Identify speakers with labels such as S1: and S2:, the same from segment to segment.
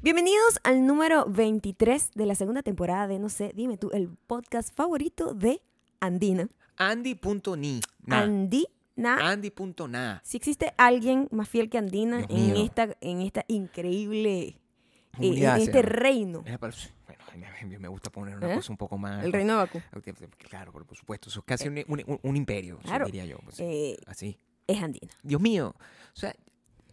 S1: Bienvenidos al número 23 de la segunda temporada de No sé, dime tú, el podcast favorito de Andina.
S2: Andy.ni. na. Ah.
S1: Andina.
S2: Andy.na.
S1: Si existe alguien más fiel que Andina
S2: Dios
S1: en
S2: mío.
S1: esta, en esta increíble, eh,
S2: Comunidad
S1: en
S2: se
S1: este
S2: llama.
S1: reino,
S2: Es la pal- Bueno, a mí- a mí me gusta poner una
S1: ¿Eh?
S2: cosa un poco más.
S1: el reino de Bakú,
S2: Claro, por supuesto. Eso es casi un, un- un- un imperio,
S1: Claro.
S2: diría yo. pues,
S1: eh,
S2: Así.
S1: es Andina.
S2: Dios mío. O sea,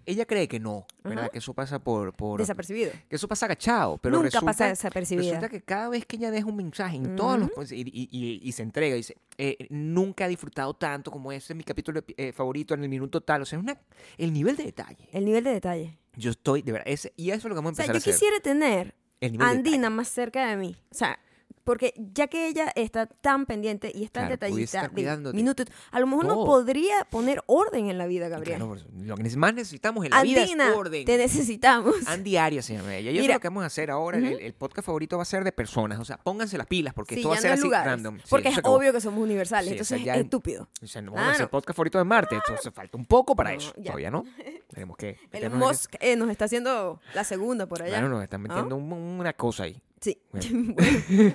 S2: ella cree que no, ¿verdad?
S1: Ajá.
S2: Que eso pasa por. por
S1: Desapercibido.
S2: que eso pasa agachado, pero
S1: Nunca
S2: resulta,
S1: pasa desapercibida.
S2: resulta que cada vez que ella deja un mensaje en todos los cons- y, y- y- y se entrega y dice, eh, nunca he disfrutado tanto como ese es mi capítulo eh, favorito en el minuto tal, o sea, es una, el nivel de detalle.
S1: El nivel de detalle.
S2: Yo estoy, de verdad, ese, y eso es lo que vamos
S1: O
S2: a
S1: sea,
S2: empezar
S1: yo
S2: a hacer.
S1: quisiera tener
S2: el nivel de detalle.
S1: Andina más cerca de mí. O sea, porque ya que ella está tan pendiente y es tan
S2: Claro, pudiese
S1: detallista,
S2: estar
S1: de
S2: cuidándote.
S1: minutos, a lo mejor no
S2: Todo.
S1: podría poner orden en la vida, Gabriel.
S2: Claro, pues, lo que más necesitamos en la vida
S1: Andina,
S2: es orden.
S1: te necesitamos.
S2: Andy Arias se llama ella. Y eso
S1: Mira.
S2: es lo que vamos a hacer ahora. el, el podcast favorito va a ser de personas. O sea, pónganse las pilas porque
S1: Sí,
S2: esto va a
S1: ya
S2: ser
S1: no hay
S2: así
S1: lugares.
S2: random. Sí,
S1: Porque es
S2: se acabó.
S1: obvio que somos universales,
S2: Sí, o sea,
S1: entonces
S2: ya
S1: es
S2: en-
S1: estúpido.
S2: O sea, no vamos a hacer
S1: Claro.
S2: podcast favorito de Marte. Esto se falta un poco para
S1: No,
S2: eso.
S1: ya.
S2: Todavía no. Tenemos que.
S1: El
S2: meternos en eso.
S1: Musk eh, nos está haciendo la segunda por allá.
S2: Claro, nos están metiendo un- una cosa ahí.
S1: Sí.
S2: Bueno.
S1: Bueno,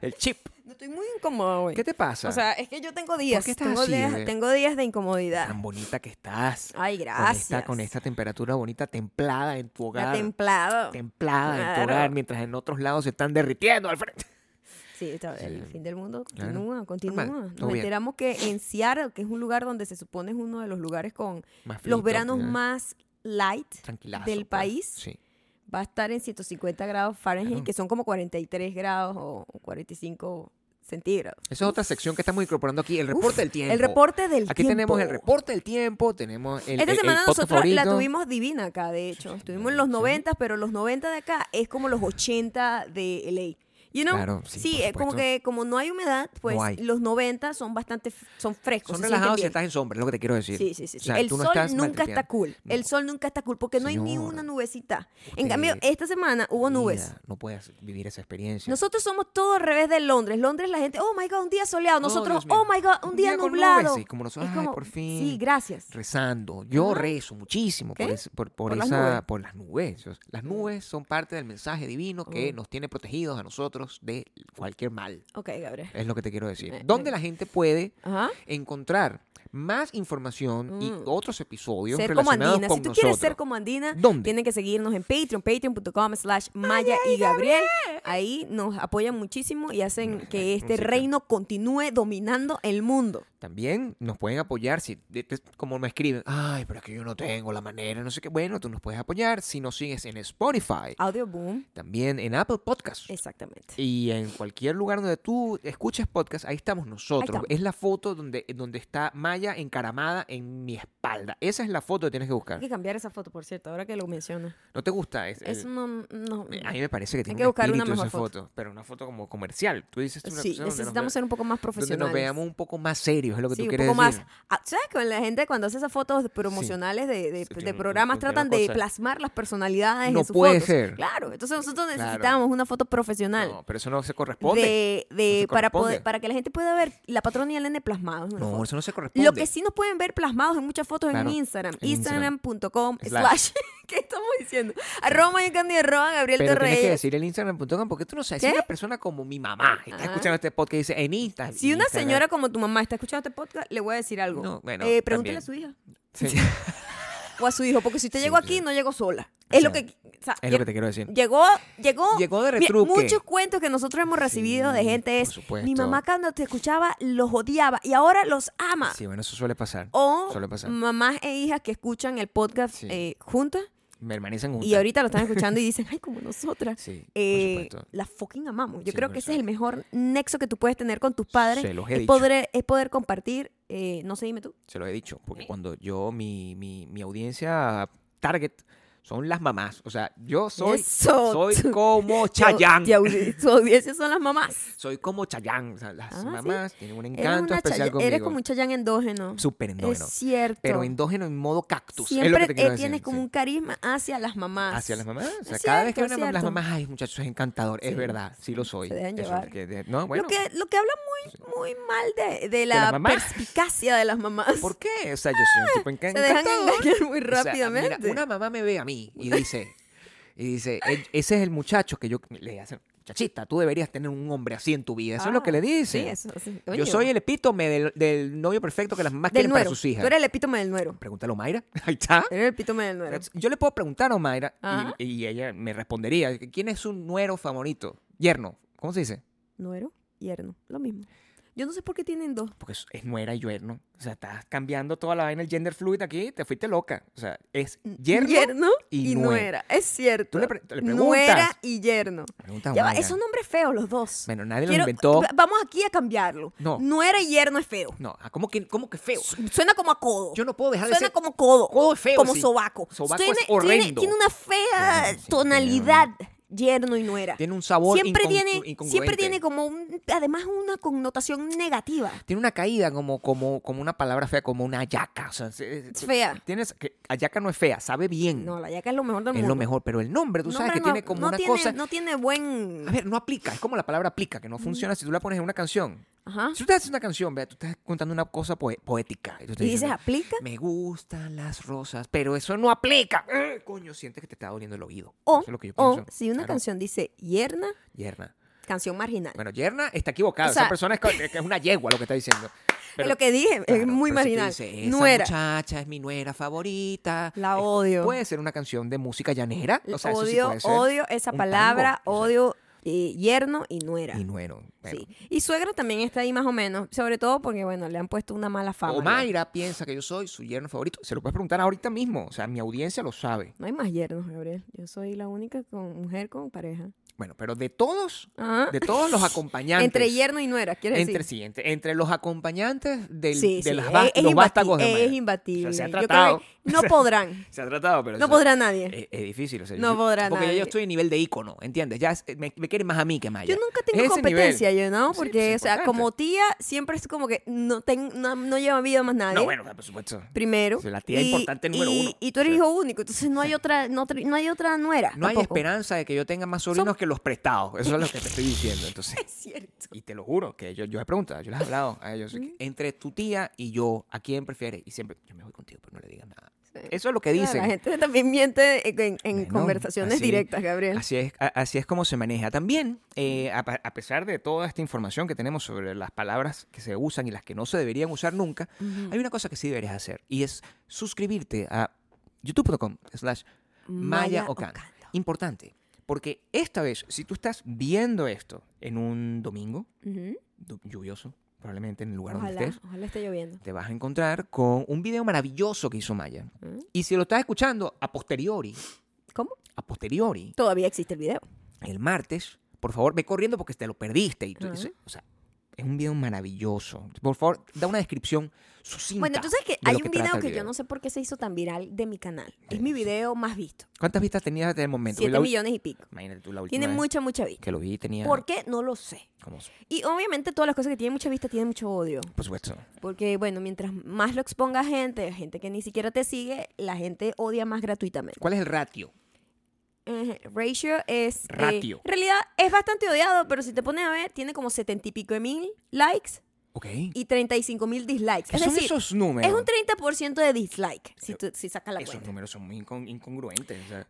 S2: El chip.
S1: no estoy muy incómoda hoy.
S2: ¿Qué te pasa?
S1: O sea, es que yo tengo días.
S2: qué estás
S1: tengo,
S2: así,
S1: días
S2: bebé?
S1: tengo días de incomodidad.
S2: Tan bonita que estás.
S1: Ay,
S2: Con esta,
S1: gracias.
S2: con esta temperatura bonita, templada en tu
S1: Está
S2: hogar.
S1: templado.
S2: templada en tu
S1: Claro.
S2: hogar, mientras en otros lados se están derritiendo al frente.
S1: Sí, está- el
S2: Sí.
S1: fin del mundo
S2: Claro.
S1: continúa, continúa.
S2: Normal, todo
S1: Nos
S2: bien.
S1: enteramos que en Seattle, que es un lugar donde se supone es uno de los lugares con
S2: Más
S1: los
S2: frito,
S1: veranos
S2: ya.
S1: más light,
S2: Tranquilazo,
S1: del
S2: pues.
S1: país.
S2: Sí.
S1: va a estar en 150 grados Fahrenheit,
S2: Claro.
S1: que son como 43 grados o o 45 centígrados.
S2: Esa es otra sección que estamos incorporando aquí, el
S1: Uf,
S2: reporte del tiempo.
S1: El reporte del
S2: Aquí
S1: tiempo.
S2: tenemos el reporte del tiempo, tenemos el
S1: Esta
S2: el- el
S1: semana
S2: podcast
S1: nosotros la
S2: favorito.
S1: tuvimos divina acá, de hecho. Estuvimos en los
S2: sí.
S1: 90, pero los 90 de acá es como los 80 de LA. You know?
S2: Claro, sí, por
S1: es como
S2: supuesto.
S1: que como no hay humedad, pues
S2: hay.
S1: los 90 son bastante f- son frescos,
S2: Son
S1: se sienten
S2: relajados si
S1: bien.
S2: estás en sombra, es lo que te quiero decir.
S1: Sí, sí, sí.
S2: O
S1: sí.
S2: sea,
S1: el
S2: tú no
S1: sol
S2: estás
S1: nunca está
S2: maltripeando.
S1: cool. El sol nunca está cool porque no hay ni
S2: Señora.
S1: una nubecita. En
S2: Usted-
S1: cambio, esta semana hubo nubes.
S2: Mira, No puedes vivir esa experiencia.
S1: Nosotros somos todo al revés de Londres. Londres la gente, oh my god, un día soleado. Nosotros,
S2: Dios mío.
S1: oh, my god, un,
S2: Un
S1: día,
S2: día con
S1: nublado.
S2: nubes, sí, como nosotros,
S1: Es
S2: ay, por fin.
S1: Sí, gracias.
S2: rezando. Yo
S1: Ajá.
S2: rezo muchísimo por,
S1: ¿Qué?
S2: es- por, por
S1: Por las
S2: esa,
S1: nubes.
S2: por las nubes. O sea, Las nubes son parte del mensaje divino que
S1: Mm.
S2: nos tiene protegidos a nosotros de cualquier mal.
S1: Ok, Gabriel.
S2: Es lo que te quiero decir.
S1: Eh,
S2: Donde
S1: eh.
S2: la gente puede
S1: Ajá.
S2: encontrar más información y
S1: Mm.
S2: otros episodios
S1: Ser como
S2: relacionados
S1: andina.
S2: con
S1: Si tú
S2: nosotros.
S1: quieres ser como andina,
S2: ¿Dónde?
S1: tienen que seguirnos en Patreon, patreon.com slash Maya y Gabriel. Ahí nos apoyan muchísimo y hacen que este
S2: música.
S1: reino continúe dominando el mundo.
S2: También nos pueden apoyar si de- de- como me escriben, ay, pero es que yo no tengo la manera, no sé qué. Bueno, tú nos puedes apoyar si nos sigues en Spotify,
S1: Audio Boom.
S2: también en Apple Podcasts.
S1: Exactamente.
S2: Y en cualquier lugar donde tú escuches podcast, ahí estamos nosotros.
S1: estamos.
S2: Es la foto donde, donde está Maya encaramada en mi espalda. Esa es la foto que tienes que buscar.
S1: Hay que cambiar esa foto, por cierto, ahora que lo mencionas.
S2: ¿No te gusta? Es,
S1: Eso
S2: el-
S1: no, no.
S2: a mí me parece que tiene
S1: que
S2: un
S1: buscar una
S2: espíritu
S1: mejor
S2: esa foto. Pero una foto como comercial. Tú dices tú una
S1: Sí,
S2: cosa donde nos
S1: necesitamos
S2: vea-
S1: ser un poco más
S2: donde
S1: profesionales.
S2: nos veamos un poco más serios, es lo que
S1: Sí,
S2: tú
S1: un
S2: quieres
S1: poco más.
S2: decir.
S1: ah, ¿Sabes que la gente cuando hace esas fotos promocionales de, de-
S2: Sí,
S1: de
S2: tiene-
S1: programas
S2: tiene una
S1: tratan de
S2: cosa.
S1: plasmar las personalidades
S2: No
S1: en sus
S2: puede
S1: fotos?
S2: ser.
S1: Claro, entonces nosotros
S2: Claro.
S1: necesitábamos una foto profesional
S2: No, pero eso no se corresponde.
S1: de, de-
S2: se
S1: para
S2: corresponde.
S1: poder para que la gente pueda ver la patrona y el nene plasmados. en una
S2: No,
S1: foto.
S2: eso no se corresponde.
S1: Lo que sí nos pueden ver plasmados en muchas fotos
S2: Claro,
S1: en Instagram,
S2: en Instagram.
S1: instagram.com
S2: Slash.
S1: slash, ¿qué estamos diciendo? Arroba mayocandi, arroba Gabriel
S2: Pero tienes que
S1: Torreyes.
S2: decir el Instagram.com porque tú no sabes.
S1: ¿Qué?
S2: Si una persona como mi mamá está
S1: Ajá.
S2: escuchando este podcast y dice en Insta-
S1: Si una
S2: Instagram,
S1: señora como tu mamá está escuchando este podcast, le voy a decir algo.
S2: No, bueno,
S1: Eh, pregúntale
S2: también.
S1: a su hija.
S2: Sí.
S1: o a su hijo, porque si usted
S2: Sí,
S1: llegó aquí,
S2: claro.
S1: no llegó sola.
S2: O
S1: Es lo
S2: sea,
S1: que. o sea,
S2: Es
S1: lle-
S2: lo que te quiero decir.
S1: Llegó, llegó.
S2: Llegó de
S1: Mira,
S2: retruque.
S1: muchos cuentos que nosotros hemos recibido de
S2: Sí,
S1: gente
S2: por
S1: es. Mi
S2: supuesto.
S1: mamá cuando te escuchaba los odiaba y ahora los ama.
S2: Sí, bueno, eso suele pasar.
S1: O
S2: Suele pasar.
S1: mamás e hijas que escuchan el podcast
S2: Sí.
S1: eh, juntas
S2: Me hermanizan juntas.
S1: y ahorita lo están escuchando y dicen, ay, como nosotras.
S2: Sí, por
S1: Eh,
S2: supuesto.
S1: la fucking amamos. Yo
S2: Sí,
S1: creo
S2: por
S1: que ese es el mejor nexo que tú puedes tener con tus padres.
S2: Se los he
S1: es,
S2: dicho.
S1: Poder, es poder compartir, eh, no sé, dime tú.
S2: Se los he dicho. Porque
S1: ¿Eh?
S2: cuando yo, mi, mi, mi audiencia target son las mamás. O sea, yo soy,
S1: Eso,
S2: soy
S1: tú-
S2: como
S1: Tu au-
S2: Chayán.
S1: tu audi- Tu audiencia son las mamás.
S2: Soy como Chayán. O sea, las
S1: Ah, sí.
S2: mamás tienen un
S1: Eres
S2: encanto
S1: una
S2: especial
S1: Chayanne- Eres
S2: conmigo.
S1: como un chayán endógeno.
S2: Súper endógeno.
S1: Es cierto.
S2: Pero endógeno en modo cactus. es lo
S1: Siempre
S2: que te quiero
S1: eh,
S2: decir,
S1: tienes como
S2: sí.
S1: un carisma hacia las mamás.
S2: Hacia las mamás. O sea,
S1: Es
S2: cada vez que
S1: cierto,
S2: ven a
S1: es
S2: mam- las
S1: cierto.
S2: mamás, ay, muchachos, es encantador.
S1: Sí,
S2: es verdad, sí lo soy.
S1: se dejan
S2: Eso,
S1: llevar.
S2: que de- no, bueno.
S1: lo, que, lo que habla muy, muy mal de, de la
S2: las mamás.
S1: perspicacia de las mamás.
S2: ¿Por qué? O sea, yo soy un tipo enca-
S1: Se dejan
S2: encantador.
S1: engañar muy
S2: O sea, mira,
S1: rápidamente.
S2: una mamá me ve a mí y dice, Y dice, "E- ese es el muchacho que yo le hacen, muchachita, tú deberías tener un hombre así en tu vida. Eso es lo que le dice.
S1: Ah, Sí, eso, sí.
S2: Yo
S1: Coño.
S2: soy el epítome del, del novio perfecto que las mamás
S1: del
S2: quieren
S1: nuero.
S2: para sus hijas.
S1: Tú eres el epítome del nuero.
S2: Pregúntalo, Mayra. Ahí está.
S1: Eres el epítome del nuero.
S2: Yo le puedo preguntar a Mayra y-
S1: Ajá.
S2: y, ella me respondería, ¿quién es su nuero favorito? Yerno. ¿Cómo se dice?
S1: Nuero, yerno. Lo mismo. Yo no sé por qué tienen dos.
S2: Porque es, es nuera y yerno. O sea, estás cambiando toda la vaina, el gender fluid aquí, te fuiste loca. O sea, es yerno. y
S1: y,
S2: nue-
S1: nuera. Es cierto.
S2: Tú le pre- le preguntas. Ah,
S1: nuera y yerno.
S2: Pregunta a
S1: Ya va,
S2: Mayra.
S1: esos nombres feos los dos.
S2: Bueno, nadie lo
S1: Quiero-
S2: inventó.
S1: va- Vamos aquí a cambiarlo.
S2: No.
S1: Nuera y yerno es feo.
S2: No, ah, ¿cómo que, cómo que feo?
S1: Su- Suena como a codo.
S2: Yo no puedo dejar de
S1: Suena
S2: ser-
S1: como codo.
S2: Codo es feo,
S1: Como
S2: sí.
S1: sobaco.
S2: Sobaco
S1: tiene,
S2: es
S1: tiene-
S2: horrendo.
S1: Tiene, una fea
S2: Bueno, sí,
S1: tonalidad yerno y nuera.
S2: Tiene un sabor
S1: siempre
S2: incon-
S1: tiene,
S2: incongruente.
S1: siempre tiene como un- además una connotación negativa.
S2: Tiene una caída como, como, como una palabra fea, como una yaca. O sea, se-
S1: Es
S2: se-
S1: fea.
S2: Tienes que ayaca no es fea, sabe bien.
S1: No, la yaca es lo mejor del
S2: es
S1: mundo.
S2: lo mejor, pero el nombre, tú
S1: No,
S2: sabes
S1: hombre,
S2: que
S1: no,
S2: tiene como
S1: no
S2: una
S1: tiene-
S2: cosa.
S1: No tiene buen.
S2: A ver, no aplica, es como la palabra aplica, que no funciona si tú la pones en una canción.
S1: Ajá.
S2: Si tú te haces una canción, vea, tú estás contando una cosa poe- poética. Y, tú estás
S1: Y dices,
S2: diciendo,
S1: ¿aplica?
S2: Me gustan las rosas, pero eso no aplica. Eh, coño, sientes que te está doliendo el oído.
S1: O,
S2: Eso es lo que yo
S1: o
S2: pienso.
S1: si una
S2: Claro,
S1: canción dice yerna,
S2: Yerna.
S1: canción marginal.
S2: Bueno, Yerna está equivocada.
S1: O sea-
S2: Esa persona es, co- es que es una yegua lo que está diciendo. Pero-
S1: es lo que dije,
S2: Claro,
S1: es muy
S2: pero si tú
S1: marginal.
S2: dices, Esa
S1: nuera.
S2: muchacha es mi nuera favorita.
S1: La
S2: Es-
S1: odio.
S2: Puede ser una canción de música llanera. O sea, eso sí
S1: odio,
S2: puede ser.
S1: odio esa
S2: Un
S1: palabra,
S2: tango, o sea.
S1: odio eh, yerno y nuera.
S2: Y nuero. bueno.
S1: Sí. Y suegra también está ahí más o menos, sobre todo porque, bueno, le han puesto una mala fama.
S2: O
S1: ¿no?
S2: Mayra piensa que yo soy su yerno favorito. Se lo puedes preguntar ahorita mismo. O sea, mi audiencia lo sabe.
S1: No hay más yernos, Gabriel. Yo soy la única con mujer con pareja.
S2: Bueno, pero de todos,
S1: Ajá.
S2: de todos los acompañantes.
S1: Entre yerno y nuera, ¿quieres
S2: entre,
S1: decir?
S2: sí, entre, entre los acompañantes del,
S1: Sí,
S2: de
S1: sí,
S2: las
S1: es-
S2: vas-
S1: es
S2: los
S1: imbati-
S2: vástagos de Mayra.
S1: Es imbatible.
S2: O sea, se ha
S1: Yo creo que
S2: tratado. Eh,
S1: no podrán.
S2: Se ha tratado, pero.
S1: No
S2: o sea,
S1: podrá nadie.
S2: Es, es difícil. o sea, yo
S1: No
S2: soy-
S1: podrá
S2: Porque ya
S1: nadie.
S2: yo estoy en nivel de ícono, ¿entiendes? Ya es- me, me quieren más a mí que a Maya.
S1: Yo nunca tengo
S2: Ese nivel.
S1: competencia, yo, ¿no?
S2: Sí,
S1: Porque,
S2: pues,
S1: o sea,
S2: importante.
S1: como tía, siempre es como que no, ten- no, no lleva vida más nadie.
S2: No, bueno, por supuesto.
S1: Primero.
S2: O sea, la tía importante número
S1: y-
S2: uno.
S1: Y tú eres
S2: O sea,
S1: hijo único, entonces no hay otra, no, otra- no hay otra nuera.
S2: No hay
S1: tampoco.
S2: esperanza de que yo tenga más sobrinos
S1: Son-
S2: que los prestados. Eso es lo que te estoy diciendo. Entonces,
S1: Es cierto.
S2: y te lo juro, que yo, yo he preguntado, yo les he hablado a ellos. Entre tu tía y yo, ¿a quién prefieres? Y siempre, yo me voy contigo, pero no le digas nada.
S1: Sí.
S2: Eso es lo que
S1: Claro,
S2: dicen.
S1: La gente también miente en, en- en
S2: Bueno,
S1: conversaciones
S2: así-
S1: directas, Gabriel.
S2: Así es, a- así es como se maneja. También, eh, a, pa- a pesar de toda esta información que tenemos sobre las palabras que se usan y las que no se deberían usar nunca,
S1: Ujú.
S2: hay una cosa que sí deberías hacer y es suscribirte a youtube.com slash Maya Ocando. Importante, porque esta vez, si tú estás viendo esto en un domingo,
S1: Ujú.
S2: du- lluvioso, probablemente en el lugar donde
S1: Ojalá,
S2: estés,
S1: ojalá esté lloviendo.
S2: te vas a encontrar con un video maravilloso que hizo Maya.
S1: ¿Mm?
S2: Y si lo estás escuchando a posteriori,
S1: ¿Cómo?
S2: a posteriori,
S1: Todavía existe el video.
S2: el martes, por favor, ve corriendo porque te lo perdiste. Y tú
S1: Ajá.
S2: dices, o sea, es un video maravilloso. Por favor, da una descripción sucinta.
S1: Bueno, tú sabes que
S2: de lo
S1: hay un
S2: trata
S1: video
S2: el
S1: que yo no sé por qué se hizo tan viral de mi canal. Es
S2: Bueno,
S1: mi
S2: sí.
S1: video más visto.
S2: ¿Cuántas vistas tenías hasta el momento?
S1: Siete
S2: La u-
S1: millones y pico.
S2: Imagínate tú la última
S1: Tiene
S2: vez
S1: mucha, mucha vista.
S2: que lo vi tenía...
S1: ¿Por qué? No lo sé.
S2: como-
S1: Y obviamente todas las cosas que tienen mucha vista tienen mucho odio.
S2: por supuesto.
S1: Porque, bueno, mientras más lo exponga gente, gente que ni siquiera te sigue, la gente odia más gratuitamente.
S2: ¿Cuál es el ratio?
S1: Ujú. Ratio es... eh,
S2: Ratio.
S1: en realidad es bastante odiado, pero si te pones a ver, tiene como setenta y pico de mil likes
S2: Ok.
S1: y 35 mil dislikes.
S2: ¿Qué
S1: Es
S2: son
S1: decir,
S2: esos números?
S1: es un 30% de dislike, si, tú- si sacas la
S2: esos
S1: cuenta.
S2: números son muy incon- incongruentes. o sea,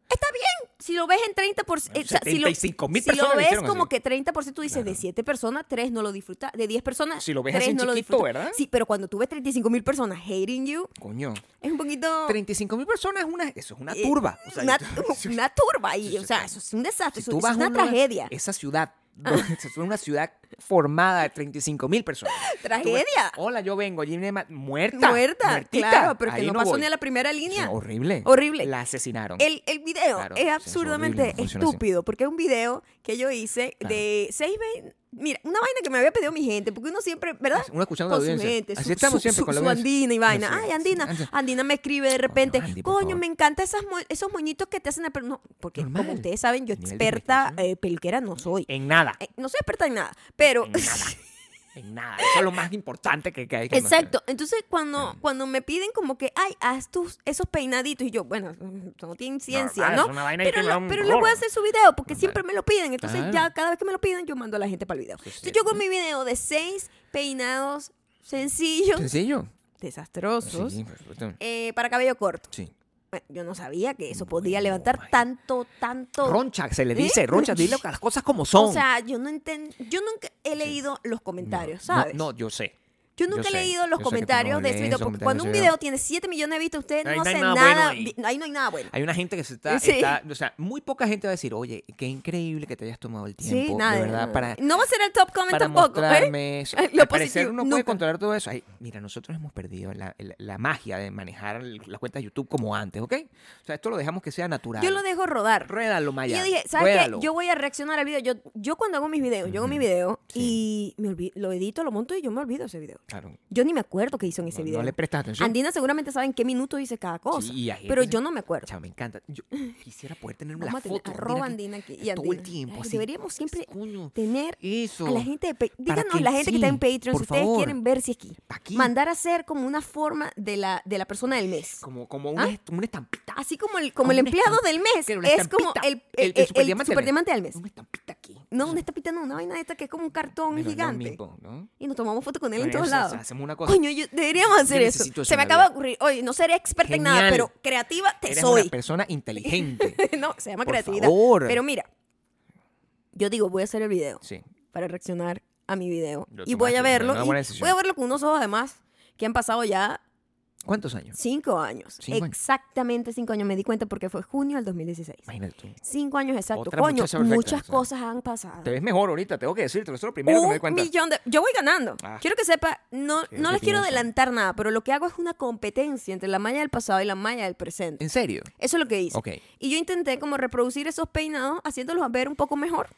S1: si lo ves en 30%,
S2: Bueno,
S1: eh, o sea, si lo,
S2: 75.000
S1: si lo
S2: personas lo
S1: ves
S2: hicieron
S1: como
S2: así.
S1: que 30%, tú dices, de 7 personas, 3 no lo disfrutas, de 10 personas,
S2: Si lo ves
S1: 3
S2: así en
S1: no lo
S2: chiquito,
S1: disfrutas.
S2: ¿verdad?
S1: Sí, pero cuando tú ves 35.000 personas hating you,
S2: coño.
S1: es un poquito...
S2: 35 mil personas es una... Eso es una
S1: eh,
S2: turba. o sea,
S1: una,
S2: yo-
S1: tu- una turba ahí,
S2: Sí,
S1: o
S2: sí,
S1: sea,
S2: sí.
S1: eso es un desastre,
S2: Si
S1: eso-
S2: tú
S1: eso
S2: vas
S1: es una
S2: a un lugar-
S1: tragedia. Ah.
S2: Esa ciudad, donde- es una ciudad formada de 35 mil personas. Tú ves,
S1: Tragedia.
S2: Hola, yo vengo, Jimmy Ma- muerta.
S1: Muerta,
S2: muertita,
S1: claro, pero
S2: ahí
S1: que no, pasó
S2: voy.
S1: ni a la primera
S2: O
S1: línea.
S2: sea, Horrible.
S1: Horrible.
S2: La asesinaron.
S1: El, el video
S2: Claro, sí,
S1: es
S2: es
S1: absurdamente
S2: horrible, no funciona así.
S1: estúpido, porque es un video que yo hice
S2: Claro.
S1: de seis veces. Mira, una vaina que me había pedido mi gente, porque uno siempre, ¿verdad?
S2: Uno escuchando
S1: con
S2: la
S1: su
S2: audiencia.
S1: gente,
S2: Así
S1: su,
S2: estamos
S1: su-
S2: siempre
S1: su-
S2: con la
S1: su
S2: audiencia.
S1: andina y vaina.
S2: Sí,
S1: Ay,
S2: sí,
S1: Andina,
S2: Andy.
S1: Andina me escribe de repente,
S2: Andy, por
S1: coño,
S2: favor".
S1: me encanta esas mo- esos moñitos que te hacen... la per-". No, porque como
S2: Normal.
S1: ustedes saben, yo
S2: Nivel de
S1: experta
S2: investigación.
S1: eh, peluquera no soy.
S2: En nada.
S1: Eh, no soy experta en nada, pero...
S2: En nada. en nada. Eso es lo más importante que, que hay que
S1: Exacto. Entonces, cuando, cuando me piden como que, ay, haz tus, esos peinaditos, y yo, bueno, eso no tiene ciencia,
S2: Normal,
S1: ¿no?
S2: es una vaina ahí
S1: pero
S2: que
S1: lo-
S2: da un
S1: pero les voy a
S2: rolo.
S1: hacer su video, porque
S2: Normal.
S1: siempre me lo piden. Entonces, ya
S2: Claro.
S1: cada vez que me lo piden, yo mando a la gente para el video.
S2: Sí,
S1: Entonces,
S2: sí.
S1: yo con mi video de seis peinados sencillos,
S2: Sencillo.
S1: desastrosos,
S2: Sí, por supuesto.
S1: eh, para cabello corto.
S2: Sí.
S1: Bueno, yo no sabía que eso podía levantar tanto, tanto.
S2: Roncha, se le dice,
S1: ¿Eh?
S2: roncha, dile las cosas como son.
S1: O sea, yo no enten- yo nunca he leído los comentarios,
S2: No,
S1: ¿sabes?
S2: No, yo sé.
S1: yo nunca
S2: yo
S1: he
S2: sé,
S1: leído los
S2: yo sé que tú no
S1: comentarios de
S2: lees
S1: ese video,
S2: esos
S1: porque
S2: comentarios
S1: cuando
S2: de
S1: un
S2: ese
S1: video tiene 7 millones de vistas, ustedes
S2: Ahí
S1: no
S2: no hay
S1: hacen
S2: nada
S1: nada.
S2: bueno ahí.
S1: di- ahí no hay nada bueno.
S2: Hay una gente que se está,
S1: Sí.
S2: está- o sea, muy poca gente va a decir, oye, qué increíble que te hayas tomado el tiempo,
S1: sí, nada.
S2: de verdad, para,
S1: no va a ser el top comment
S2: para
S1: tampoco. ¿eh?
S2: mostrarme eso.
S1: Lo
S2: Al parecer
S1: positivo,
S2: uno
S1: nunca.
S2: puede controlar todo eso. Ay, mira, nosotros hemos perdido la, la- la magia de manejar el- la cuenta de YouTube como antes, ¿ok? O sea, esto lo dejamos que sea natural.
S1: Yo lo dejo rodar.
S2: Ruédalo, Maya.
S1: Y yo dije, ¿sabes
S2: ruédalo.
S1: qué? Yo voy a reaccionar al video. Yo, yo cuando hago mis videos, yo hago mi
S2: Ujú,
S1: video
S2: sí.
S1: y me olvi- lo edito, lo monto y yo me olvido ese video.
S2: Claro,
S1: Yo ni me acuerdo qué hizo en ese
S2: no, no
S1: video.
S2: le prestas atención.
S1: Andina seguramente sabe en qué minuto dice cada cosa.
S2: Sí, y hay
S1: pero
S2: gente-
S1: yo no me acuerdo.
S2: Chao, me encanta. Yo quisiera poder tener
S1: Vamos
S2: la
S1: a tener
S2: foto. Andina,
S1: arroba
S2: aquí,
S1: Andina aquí y
S2: Todo
S1: Andina.
S2: el tiempo.
S1: Ay,
S2: así.
S1: deberíamos siempre
S2: Coño,
S1: Tener
S2: eso.
S1: a la gente de Patreon.
S2: Para
S1: Díganos,
S2: que-
S1: la gente que está en
S2: sí,
S1: Patreon,
S2: por
S1: si ustedes
S2: favor.
S1: quieren ver si es aquí.
S2: Aquí.
S1: Mandar a ser como una forma de la, de la persona del mes.
S2: Como, como una,
S1: ¿Ah?
S2: est- una estampita.
S1: Así como el,
S2: Como
S1: como el
S2: una
S1: empleado
S2: estampi-
S1: del mes.
S2: Pero una
S1: Es como
S2: estampita.
S1: el,
S2: El-
S1: el,
S2: el
S1: el
S2: superdiamante del mes.
S1: superdiamante del mes.
S2: Una estampita aquí.
S1: No, una estapita no, una vaina de esta que es como un cartón
S2: Bueno, es lo
S1: gigante.
S2: mismo, ¿no?
S1: Y nos tomamos fotos con él en
S2: Bueno,
S1: todos
S2: eso,
S1: lados.
S2: Hacemos una cosa.
S1: Coño, yo- deberíamos hacer
S2: Yo
S1: eso.
S2: necesito eso
S1: Se me
S2: en la
S1: acaba de
S2: vida.
S1: ocurrir. Oye, no seré experta en nada,
S2: Genial.
S1: pero creativa te
S2: Eres
S1: soy.
S2: una persona inteligente.
S1: no, se llama
S2: Por
S1: creatividad.
S2: favor.
S1: Pero mira, yo digo, voy a hacer el video
S2: Sí.
S1: para reaccionar a mi video.
S2: Lo
S1: y voy a
S2: tomaste,
S1: verlo.
S2: una
S1: y
S2: buena decisión.
S1: voy a verlo con unos ojos además que han pasado ya
S2: ¿Cuántos años?
S1: cinco años.
S2: Cinco años.
S1: Exactamente cinco años. Me di cuenta porque fue junio del 2016.
S2: Imagínate tú.
S1: Cinco años exacto.
S2: Otra
S1: Coño,
S2: muchacha perfecta,
S1: muchas
S2: o sea.
S1: cosas han pasado.
S2: Te ves mejor ahorita, tengo que decirte. Eso es lo primero que me doy
S1: Ah. un
S2: cuenta.
S1: millón de... Yo voy ganando.
S2: Ah.
S1: Quiero que sepa, no,
S2: Quiero
S1: no
S2: que
S1: les quiero
S2: piensen.
S1: adelantar nada, pero lo que hago es una competencia entre la malla del pasado y la malla del presente.
S2: ¿En serio?
S1: Eso es lo que hice.
S2: Ok.
S1: Y yo intenté como reproducir esos peinados haciéndolos ver un poco mejor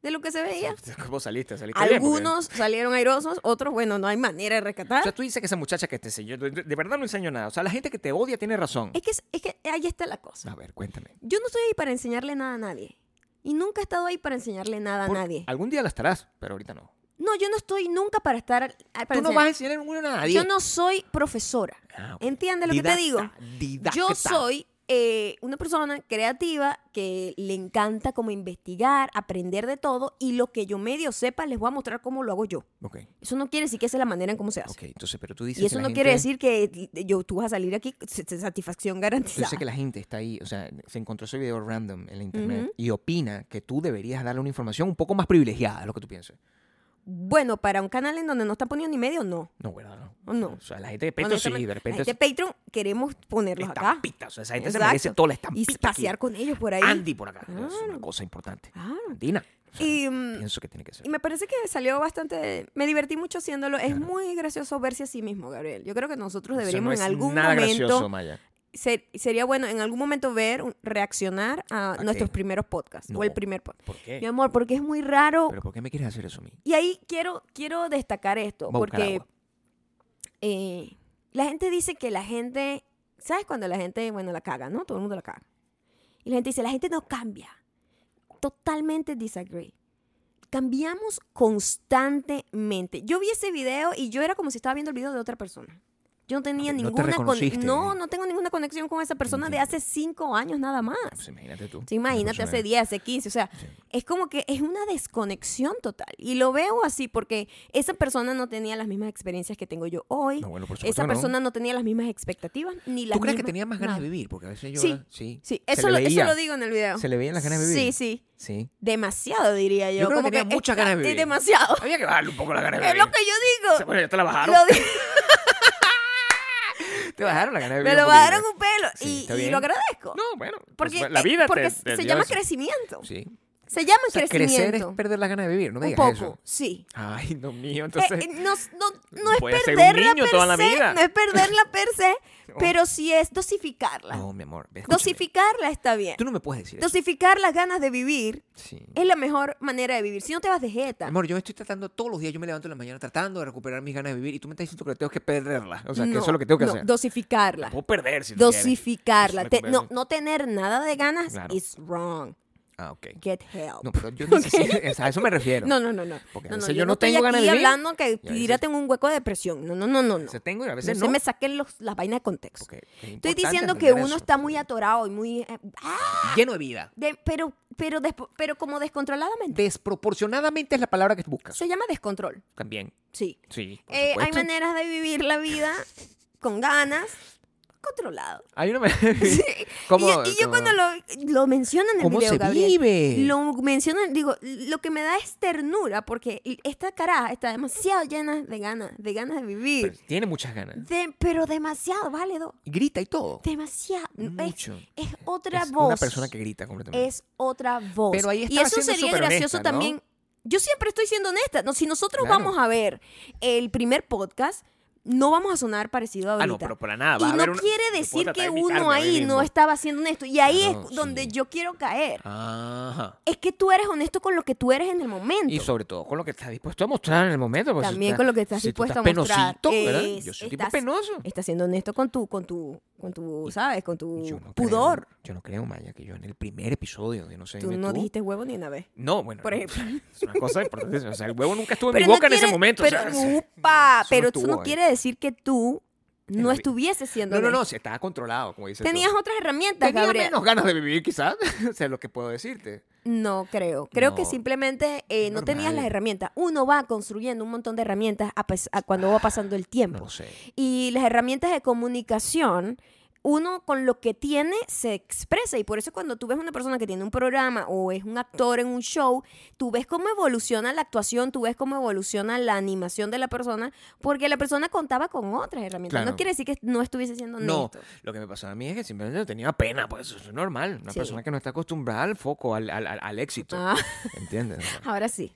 S1: de lo que se veía.
S2: ¿Cómo saliste? ¿Saliste bien? Porque-
S1: Algunos salieron airosos, otros, bueno, no hay manera de rescatar.
S2: O sea, tú dices que esa muchacha que te enseñó, de de verdad no enseñó nada. O sea, la gente que te odia tiene razón.
S1: es, que, es que ahí está la cosa.
S2: A ver, cuéntame.
S1: Yo no estoy ahí para enseñarle nada a nadie. Y nunca he estado ahí para enseñarle nada a
S2: Por-
S1: nadie.
S2: Algún día la estarás, pero ahorita no.
S1: No, yo no estoy nunca para estar... al- al- para
S2: Tú no
S1: enseñar-
S2: vas a enseñar ninguno a nadie.
S1: Yo no soy profesora.
S2: Ah, ok.
S1: ¿Entiendes lo que te digo?
S2: Didacta,
S1: Yo
S2: didacta.
S1: soy eh, una persona creativa que le encanta como investigar, aprender de todo y lo que yo medio sepa les voy a mostrar cómo lo hago yo.
S2: Ok,
S1: Eso no quiere decir que esa es la manera en cómo se hace.
S2: ok. Entonces, pero tú dices
S1: Y eso
S2: que
S1: no
S2: la
S1: quiere
S2: gente-
S1: decir que yo, tú vas a salir aquí s- s- satisfacción
S2: Yo
S1: garantizada.
S2: sé que la gente está ahí, o sea, se encontró ese video random en la internet y opina que tú deberías darle una información un poco más privilegiada, es lo que tú piensas.
S1: Bueno, para un canal en donde no están poniendo ni medio, no.
S2: No, ¿verdad? No.
S1: ¿O Oh, no?
S2: O sea, la gente de Petro sí,
S1: Honestamente,
S2: de
S1: la
S2: repente
S1: gente de Patreon queremos ponerlos acá.
S2: estampita, o sea, esa gente se
S1: Exacto.
S2: merece toda la estampita.
S1: Y pasear con ellos por ahí.
S2: ahí. Andy por acá. Es una
S1: Claro.
S2: cosa importante.
S1: Claro.
S2: Andina. o sea,
S1: Y, mm,
S2: pienso que tiene que ser.
S1: Y me parece que salió bastante. Me divertí mucho haciéndolo. Es muy gracioso verse a sí mismo, Gabriel. Yo creo que nosotros
S2: Eso
S1: deberíamos
S2: no es
S1: en algún
S2: nada
S1: momento.
S2: gracioso, Maya.
S1: ser- sería bueno en algún momento ver, un- reaccionar a
S2: ¿A
S1: nuestros
S2: qué?
S1: primeros podcasts
S2: No. Eh.
S1: o el primer podcast.
S2: ¿Por qué?
S1: Mi amor, porque es muy raro.
S2: ¿Pero por qué me quieres hacer eso a mí?
S1: Y ahí quiero, quiero destacar esto,
S2: Voy a buscar
S1: porque
S2: agua.
S1: eh, la gente dice que la gente. ¿Sabes cuando la gente, bueno, la caga, ¿no? Todo el mundo la caga. Y la gente dice, la gente no cambia. Totalmente disagree. Cambiamos constantemente. Yo vi ese video y yo era como si estaba viendo el video de otra persona. Yo no tenía
S2: Ok, no te
S1: ninguna con-
S2: reconociste.
S1: No, no tengo ninguna conexión con esa persona de
S2: Entiendo.
S1: hace cinco años nada más.
S2: Pues imagínate tú.
S1: Ah. Sí, imagínate hace 10, hace 15, o sea,
S2: Sí.
S1: es como que es una desconexión total. Y lo veo así porque esa persona no tenía las mismas experiencias que tengo yo hoy.
S2: No, bueno, por supuesto
S1: esa
S2: que no.
S1: persona no. tenía las mismas expectativas ni las
S2: ¿Tú crees que
S1: mismas-
S2: tenía más ganas
S1: nada.
S2: de vivir? Porque a veces yo...
S1: Sí,
S2: sí.
S1: Sí,
S2: Se
S1: eso
S2: le
S1: lo, eso
S2: veía.
S1: lo digo en el video.
S2: Se le veían las ganas de vivir.
S1: Sí, sí.
S2: Sí.
S1: Demasiado, diría yo.
S2: Yo creo que
S1: como
S2: tenía muchas
S1: está-
S2: ganas de vivir.
S1: Demasiado.
S2: Había que bajarle un poco las ganas de
S1: Es
S2: vivir.
S1: lo que yo digo.
S2: Bueno, ya te la bajaron.
S1: Lo di-
S2: Te bajaron las ganas de vivir.
S1: me lo
S2: un poquito.
S1: bajaron un pelo
S2: Sí,
S1: y-
S2: está
S1: y,
S2: bien.
S1: lo agradezco.
S2: No, bueno. pues,
S1: porque
S2: la vida te-
S1: porque se
S2: te dio
S1: llama
S2: eso.
S1: crecimiento.
S2: Sí.
S1: Se llama
S2: O sea, crecer es
S1: crecimiento.
S2: perder las ganas de vivir. No me
S1: un
S2: digas
S1: poco,
S2: eso.
S1: sí.
S2: Ay, no mío.
S1: Eh,
S2: Entonces...
S1: eh, no, no- no es
S2: puede ser un
S1: perderla
S2: niño
S1: per
S2: toda la
S1: se,
S2: vida.
S1: no es perderla per se,
S2: No.
S1: pero sí es dosificarla.
S2: No, mi amor. Oh, escúchame.
S1: dosificarla está bien.
S2: Tú no me puedes decir eso.
S1: Dosificar las ganas de vivir
S2: Sí.
S1: es la mejor manera de vivir. Si no te vas de jeta.
S2: Amor, yo me estoy tratando todos los días, yo me levanto en la mañana tratando de recuperar mis ganas de vivir y tú me estás diciendo que tengo que perderlas. O sea, que
S1: No,
S2: eso es lo que tengo que
S1: no,
S2: hacer.
S1: Dosificarla.
S2: Puedo perder si tú quieres.
S1: Dosificarla.
S2: Eso me
S1: Te- no,
S2: convence.
S1: no tener nada de ganas
S2: Claro.
S1: is wrong.
S2: Ah, ok.
S1: Get help.
S2: No, pero yo necesito, o sea, a eso me refiero.
S1: No, no, no, no.
S2: Porque a
S1: no, no,
S2: veces
S1: yo
S2: yo no
S1: estoy
S2: tengo ganas
S1: aquí
S2: de vivir.
S1: hablando que
S2: Y a veces-
S1: tírate en un hueco de depresión. No, no, no, no. no.
S2: O sea, tengo y a
S1: No
S2: veces
S1: se
S2: no.
S1: me saquen los- las vainas de contexto.
S2: Porque es
S1: Estoy
S2: importante
S1: diciendo que
S2: entender
S1: uno
S2: eso.
S1: está muy atorado y muy... eh, ¡ah!
S2: Lleno de vida.
S1: De- pero, pero, despo- pero como descontroladamente.
S2: Desproporcionadamente es la palabra que buscas.
S1: Se llama descontrol,
S2: También.
S1: sí.
S2: Sí. por
S1: Eh, hay
S2: supuesto.
S1: maneras de vivir la vida con ganas, controlado.
S2: Hay una
S1: Sí.
S2: ¿Cómo-
S1: y yo, y yo
S2: cómo-
S1: cuando lo, lo mencionan en el
S2: ¿Cómo
S1: video,
S2: se
S1: Gabriel,
S2: vive?
S1: Lo mencionan, digo, lo que me da es ternura porque esta caraja está demasiado llena de ganas, de ganas de
S2: Pero eh.
S1: vivir.
S2: tiene muchas ganas.
S1: De- pero demasiado válido.
S2: Grita y todo.
S1: Demasiado. Es-
S2: Mucho.
S1: Es, otra
S2: Es
S1: voz.
S2: Una persona que grita completamente.
S1: Es otra voz.
S2: Pero ahí
S1: y
S2: estaba
S1: eso
S2: siendo
S1: sería
S2: superhonesta,
S1: gracioso
S2: ¿no?
S1: también. Yo siempre estoy siendo honesta. No, si nosotros
S2: Claro.
S1: vamos a ver el primer podcast, no vamos a sonar parecido a
S2: ah,
S1: ahorita.
S2: no, pero para nada.
S1: Y
S2: va a
S1: no
S2: haber una-
S1: quiere
S2: yo puedo
S1: decir
S2: tratar
S1: que
S2: de
S1: uno
S2: imitarme a mí
S1: ahí no
S2: mismo.
S1: estaba siendo honesto. Y ahí
S2: Claro,
S1: es donde
S2: sí.
S1: yo quiero caer.
S2: Ajá.
S1: Es que tú eres honesto con lo que tú eres en el momento.
S2: Y sobre todo con lo que estás dispuesto a mostrar en el momento. porque si
S1: También
S2: estás-
S1: con lo que estás
S2: si tú
S1: dispuesto
S2: estás
S1: a mostrar.
S2: penosito, ¿verdad?
S1: Es-
S2: Yo soy tipo
S1: estás-
S2: penoso.
S1: Estás siendo honesto con tu, con tu, con tu, ¿sabes? Con tu
S2: Yo no creo-
S1: pudor.
S2: yo no creo, Maya, que yo en el primer episodio de No sé
S1: Tú
S2: dime
S1: no
S2: tú,
S1: dijiste huevo ni una vez.
S2: No, bueno.
S1: Por
S2: no,
S1: ejemplo.
S2: Es una cosa importante. O sea, el huevo nunca estuvo en mi boca Pues en ese
S1: tiene-
S2: momento. o
S1: Pero, uh,
S2: sea, es-
S1: upa,
S2: eso no
S1: pero eso no
S2: estuvo ahí.
S1: quiere decir que tú no
S2: vi-
S1: estuvieses siendo
S2: no, no, no,
S1: honesto.
S2: se estaba controlado, como dices. tú.
S1: Tenías otras herramientas,
S2: Tenía
S1: Gabriel.
S2: menos ganas de vivir, quizás. o sea, lo que puedo decirte.
S1: No creo. Creo que
S2: No.
S1: simplemente eh,
S2: Es
S1: no tenías
S2: normal.
S1: las herramientas. Uno va construyendo un montón de herramientas a pes- a cuando va pasando el
S2: No
S1: tiempo.
S2: lo sé.
S1: Y las herramientas de comunicación, uno con lo que tiene se expresa. Y por eso cuando tú ves una persona que tiene un programa o es un actor en un show, tú ves cómo evoluciona la actuación, tú ves cómo evoluciona la animación de la persona, porque la persona contaba con otras herramientas.
S2: Claro.
S1: No quiere decir que no estuviese siendo
S2: No,
S1: honesto.
S2: lo que me pasó a mí es que simplemente tenía pena, pues eso es normal. Una
S1: Sí.
S2: persona que no está acostumbrada al foco, al, al- al- al éxito.
S1: Ah,
S2: ¿Entiendes?
S1: ahora sí.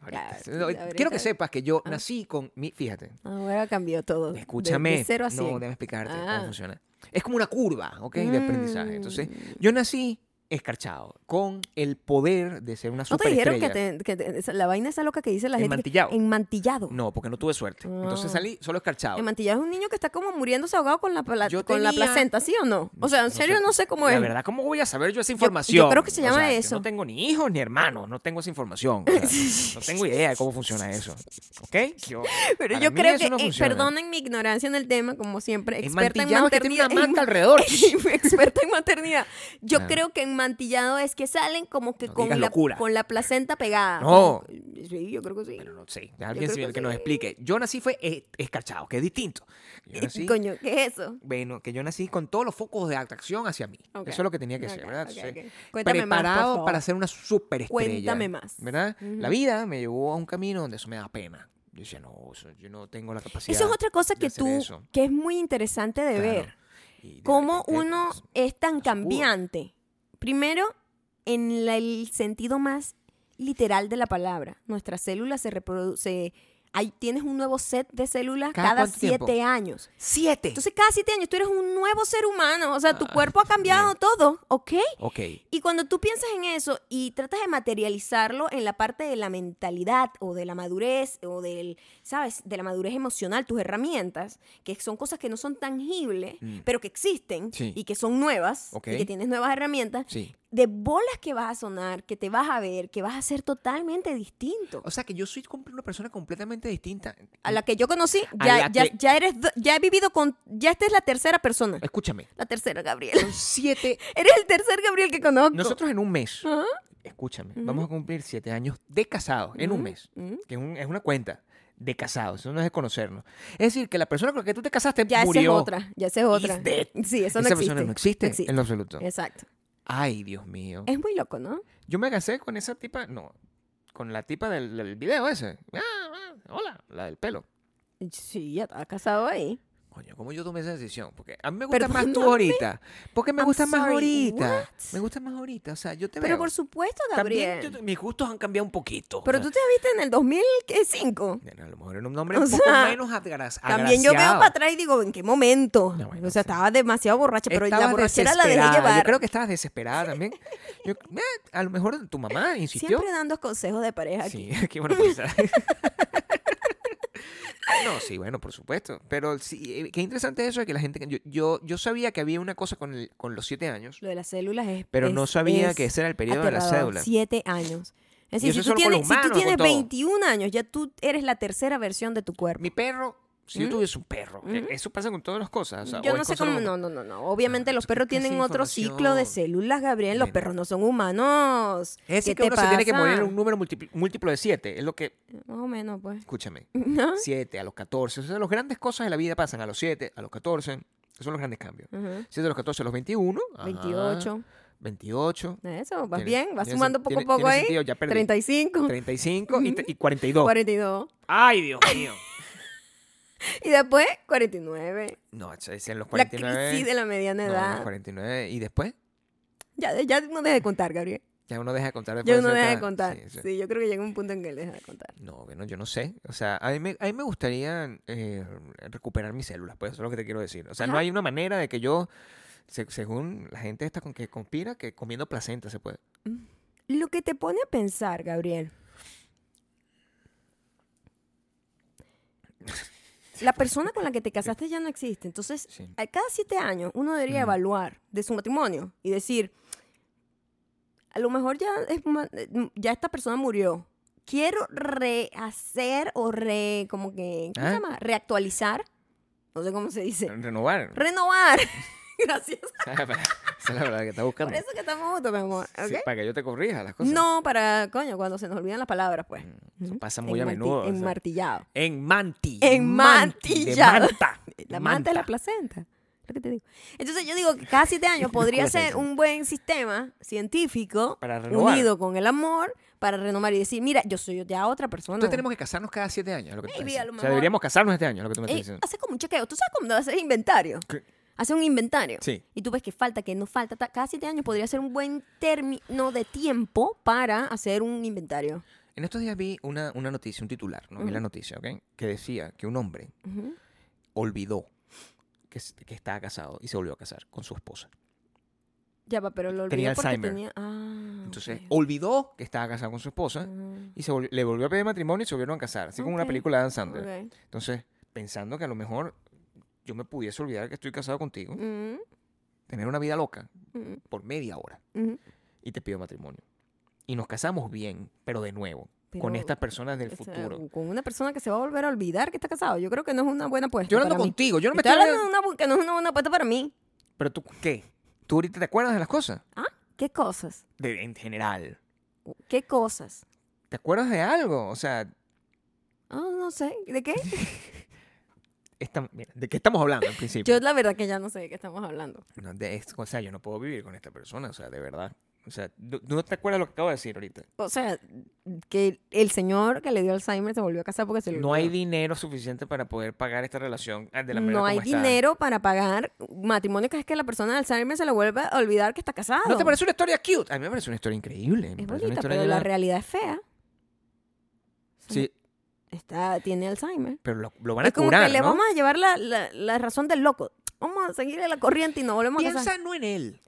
S2: Ahorita-
S1: Ya,
S2: no,
S1: ahorita-
S2: Quiero que sepas que yo nací con mi. Fíjate,
S1: Ahora Ah, cambió todo. De-
S2: escúchame.
S1: De, cero a
S2: no,
S1: cien.
S2: déjame explicarte
S1: Ah. Mm.
S2: cómo funciona. Es como una curva, ¿ok? De aprendizaje. Entonces, yo nací escarchado, con el poder de ser una
S1: ¿No te dijeron que,
S2: superestrella.
S1: te- que te- esa- la vaina esa loca que dice la gente? que-
S2: Enmantillado.
S1: Enmantillado.
S2: No, porque no tuve suerte.
S1: Ah.
S2: Entonces salí solo escarchado.
S1: Enmantillado es un niño que está como muriéndose ahogado con la, pla-
S2: Yo
S1: con la
S2: tenía-
S1: placenta, ¿sí o no? O sea, en serio no sé cómo es.
S2: La verdad, ¿cómo voy a saber yo
S1: yo
S2: esa información?
S1: creo que se
S2: O
S1: llama
S2: sea, yo
S1: eso.
S2: no tengo ni hijos ni hermanos, no tengo esa información. o sea, no tengo idea de cómo funciona eso. ¿Ok? Yo-
S1: Pero
S2: para
S1: yo
S2: mí
S1: creo
S2: eso
S1: que,
S2: no
S1: eh,
S2: funciona.
S1: perdonen mi ignorancia en el tema, como siempre, experta en
S2: Enmantillado que tiene
S1: maternidad.
S2: una
S1: en
S2: manta
S1: ma-
S2: alrededor.
S1: experta en maternidad. Yo
S2: Claro.
S1: creo que enmantillado es que salen como que
S2: No
S1: con,
S2: digas
S1: la,
S2: locura.
S1: con la placenta pegada.
S2: No.
S1: Sí, yo creo que sí.
S2: Pero no sé, alguien
S1: creo
S2: sí,
S1: que
S2: que, nos
S1: sí.
S2: explique. Yo nací fue eh, escarchado, que es distinto. Yo nací,
S1: Coño, ¿qué es eso?
S2: bueno, que yo nací con todos los focos de atracción hacia mí.
S1: Ok.
S2: Eso es lo que tenía que
S1: Ok,
S2: ser, ¿verdad?
S1: ok,
S2: Entonces,
S1: ok. Cuéntame más, por
S2: preparado
S1: favor.
S2: para ser una superestrella.
S1: Cuéntame más.
S2: ¿Verdad?
S1: Ujú.
S2: La vida me llevó a un camino donde eso me da pena. Yo decía, no, eso- yo no tengo la capacidad.
S1: Eso es otra cosa
S2: de
S1: que
S2: hacer
S1: tú,
S2: eso.
S1: que es muy interesante de
S2: Claro.
S1: ver.
S2: Y de
S1: cómo
S2: repente,
S1: uno
S2: pues,
S1: es tan
S2: oscuro.
S1: cambiante. Primero, en la- el sentido más literal de la palabra. Nuestras células se reproducen. Ahí tienes un nuevo set de células
S2: ¿Cada
S1: cada,
S2: cuánto
S1: siete
S2: tiempo?
S1: años.
S2: Siete.
S1: Entonces, cada siete años tú eres un nuevo ser humano. O sea, tu
S2: Ah,
S1: cuerpo ha cambiado todo, ¿ok?
S2: ok.
S1: Y cuando tú piensas en eso y tratas de materializarlo en la parte de la mentalidad o de la madurez o del, ¿sabes? De la madurez emocional, tus herramientas, que son cosas que no son tangibles,
S2: Mm.
S1: pero que existen
S2: Sí.
S1: y que son nuevas
S2: Ok.
S1: y que tienes nuevas herramientas,
S2: Sí.
S1: de bolas que vas a sonar, que te vas a ver, que vas a ser totalmente distinto.
S2: O sea que yo soy comple- una persona completamente distinta.
S1: A la que yo conocí,
S2: A
S1: ya,
S2: la
S1: ya,
S2: que-
S1: ya eres, do- ya he vivido con, ya esta es la tercera persona,
S2: Escúchame.
S1: la tercera Gabriel.
S2: Son siete.
S1: Eres el tercer Gabriel que conozco.
S2: Nosotros en un mes.
S1: Ajá.
S2: Escúchame.
S1: Ujú.
S2: Vamos a cumplir siete años de casados en un
S1: Ujú,
S2: mes.
S1: ujú.
S2: Que es, un- es una cuenta de casados. Eso no es de conocernos. Es decir, que la persona con la que tú te casaste
S1: Ya esa es
S2: murió.
S1: otra, ya esa es otra.
S2: Is dead.
S1: Sí, eso
S2: Esa
S1: no existe.
S2: persona no existe,
S1: No existe. Eh.
S2: en lo absoluto.
S1: Exacto.
S2: Ay, Dios mío.
S1: Es muy loco, ¿no?
S2: Yo me casé con esa tipa. No. Con la tipa del, del video ese. Ah, ah, hola. La del pelo.
S1: Sí, ya estaba casado ahí.
S2: Coño, ¿cómo yo tomé esa decisión? Porque a mí me gusta más tú
S1: Perdóname.
S2: ahorita. Porque me
S1: I'm
S2: gusta más
S1: sorry,
S2: ahorita.
S1: what?
S2: Me gusta más ahorita. O sea, yo te
S1: Pero
S2: veo.
S1: por supuesto,
S2: También
S1: Gabriel.
S2: yo- mis gustos han cambiado un poquito. o
S1: Pero
S2: sea,
S1: tú te viste en el 2005.
S2: Bueno, a lo mejor era un nombre
S1: O
S2: un poco
S1: sea,
S2: menos agra-
S1: También yo veo
S2: agraciado.
S1: para atrás y digo, ¿en qué momento?
S2: No, bueno,
S1: o sea,
S2: sí.
S1: estaba demasiado borracha, pero la
S2: Estabas
S1: borrachera la dejé
S2: desesperada,
S1: llevar.
S2: Yo creo que estabas desesperada también. Yo- eh, a lo mejor tu mamá insistió.
S1: Siempre dando consejos de pareja aquí.
S2: sí, qué bueno pensar. No, sí, bueno, por supuesto. Pero sí, eh, qué interesante eso de que la gente... Yo, yo, yo sabía que había una cosa con, el- con los siete años,
S1: Lo de las células es.
S2: pero
S1: es-
S2: no sabía
S1: es
S2: que ese era el periodo de la
S1: aterrador.
S2: cédula.
S1: Siete años. Es
S2: Y
S1: decir,
S2: eso
S1: si tú,
S2: es solo con
S1: tienes,
S2: los
S1: si tú
S2: humanos,
S1: tienes
S2: con todo.
S1: 21 años, ya tú eres la tercera versión de tu cuerpo.
S2: Mi perro, si yo
S1: ¿Mm?
S2: tuviese un perro, eh,
S1: Ujú.
S2: eso pasa con todas las cosas. o sea,
S1: Yo
S2: o es
S1: no sé
S2: cosa
S1: cómo.
S2: de-
S1: No, no, no, no. Obviamente
S2: Ah,
S1: los
S2: tú
S1: perros
S2: buscas
S1: tienen otro ciclo de
S2: información.
S1: células, Gabriel. Los
S2: Bueno.
S1: perros no son humanos.
S2: Es decir,
S1: ¿Qué
S2: que
S1: te
S2: uno se tiene que morir en
S1: pasa?
S2: un número múltipl- múltiplo de siete. Es lo que
S1: Más o menos, pues.
S2: Escúchame.
S1: ¿No?
S2: 7, a los 14. O sea, las grandes cosas de la vida pasan a los 7, a los 14, Esos son los grandes cambios.
S1: Ujú.
S2: 7 de los 14 a los 21. ajá,
S1: 28.
S2: 28.
S1: Eso, vas
S2: Tiene-
S1: bien, vas
S2: tiene
S1: sumando
S2: sen-
S1: poco a
S2: tiene-
S1: poco
S2: tiene
S1: ahí.
S2: sentido, ya perdí.
S1: 35,
S2: 35 y, tre- y 42.
S1: 42.
S2: ¡Ay, Dios mío!
S1: Y después 49.
S2: No, eso es en los
S1: La
S2: 49.
S1: crisis de la mediana
S2: no,
S1: edad.
S2: los 49. ¿Y después?
S1: Ya, ya no deja de contar, Gabriel.
S2: Ya uno deja de contar. después
S1: Ya uno
S2: cierta
S1: deja de
S2: edad.
S1: contar.
S2: Sí, sí.
S1: Sí, yo creo que llega un punto en que él deja de contar.
S2: No, bueno, yo no sé. O sea, a mí me, a mí me gustaría eh, recuperar mis células, pues eso es lo que te quiero decir. O sea, no
S1: Ajá.
S2: hay una manera de que yo, se- según la gente esta con que conspira, que comiendo placenta se puede.
S1: Lo que te pone a pensar, Gabriel. La persona con la que te casaste ya no existe. Entonces,
S2: Sí.
S1: a cada siete años uno debería
S2: Ujú.
S1: evaluar de su matrimonio y decir, a lo mejor ya, es, ma- ya esta persona murió. Quiero rehacer o re, como que, ¿cómo
S2: ¿Ah?
S1: se llama? Reactualizar. No sé cómo se dice.
S2: Renovar.
S1: Renovar. Gracias.
S2: Esa es la verdad que está
S1: Por
S2: buscando.
S1: eso que estamos juntos, mi amor.
S2: Sí,
S1: ¿ok?
S2: para que yo te corrija las cosas.
S1: No, para, coño, cuando se nos olvidan las palabras, pues.
S2: Mm, Eso
S1: Ujú.
S2: pasa muy a
S1: Enmarti-
S2: menudo. o sea.
S1: Enmartillado.
S2: En manti. de
S1: Enmantillado.
S2: manta.
S1: La manta de la placenta. Lo que te digo. Entonces yo digo que cada siete años podría
S2: Cosa
S1: ser
S2: esa.
S1: un buen sistema científico
S2: Para renovar.
S1: unido con el amor para renovar y decir, mira, yo soy ya otra persona.
S2: Entonces tenemos que casarnos cada siete años. Lo que tú
S1: Maybe,
S2: estás
S1: a lo
S2: diciendo. O sea,
S1: mejor. Eh,
S2: deberíamos casarnos este año, lo que tú me
S1: Ey,
S2: estás diciendo.
S1: hace como un chequeo. ¿Tú sabes cómo hacer inventario?
S2: ¿Qué?
S1: Hace un inventario.
S2: Sí.
S1: Y tú ves que falta, que no falta. ta- Cada siete años podría ser un buen término de tiempo para hacer un inventario.
S2: En estos días vi una, una noticia, un titular, ¿no? Vi la
S1: Ujú.
S2: noticia, ¿ok? Que decía que un hombre
S1: Ujú.
S2: olvidó que, s- que estaba casado y se volvió a casar con su esposa.
S1: Ya va, pero lo olvidé
S2: Tenía
S1: porque
S2: Alzheimer.
S1: tenía... Ah,
S2: Entonces,
S1: ok.
S2: olvidó que estaba casado con su esposa
S1: Ah,
S2: y se volvió- le volvió a pedir matrimonio y se volvieron a casar, así como una
S1: Ok,
S2: película de Dan Sandler.
S1: ok.
S2: Entonces, pensando que a lo mejor yo me pudiese olvidar que estoy casado contigo,
S1: Mm,
S2: tener una vida loca
S1: mm,
S2: por media hora
S1: mm.
S2: y te pido matrimonio. Y nos casamos bien, pero de nuevo, con
S1: Pero,
S2: estas personas del
S1: o sea,
S2: futuro.
S1: con una persona que se va a volver a olvidar que está casado. Yo creo que no es una buena apuesta.
S2: Yo no ando
S1: para mí.
S2: contigo, yo no me
S1: Estoy
S2: estoy...
S1: hablando de una bu- que no es una buena apuesta para mí.
S2: Pero tú, ¿qué? ¿Tú ahorita te acuerdas de las cosas?
S1: ¿Qué cosas?
S2: de- en general.
S1: ¿Qué cosas?
S2: ¿Te acuerdas de algo? O sea,
S1: Ah, no sé. ¿De qué?
S2: esta- mira, ¿de qué estamos hablando en principio?
S1: Yo la verdad que ya no sé de qué estamos hablando.
S2: No, de esto, o sea, yo no puedo vivir con esta persona, o sea, de verdad. O sea, ¿tú tú no te acuerdas lo que acabo de decir ahorita?
S1: O sea, que el señor que le dio Alzheimer se volvió a casar porque se lo
S2: No hay
S1: olvidó.
S2: dinero suficiente para poder pagar esta relación ah, de la manera
S1: no hay
S2: como está.
S1: dinero para pagar matrimonio que es que la persona de Alzheimer se le vuelva a olvidar que está casado.
S2: ¿No te parece una historia cute? A mí me parece una historia increíble. me
S1: Es
S2: parece una
S1: bonita,
S2: historia
S1: pero la
S2: llena-
S1: realidad es fea.
S2: Sí,
S1: Está, tiene Alzheimer.
S2: pero lo, lo van a
S1: Es como
S2: curar,
S1: que le
S2: ¿no?
S1: vamos a llevar la, la- la razón del loco. Vamos a seguirle la corriente y no volvemos a casar.
S2: Piensa no en él.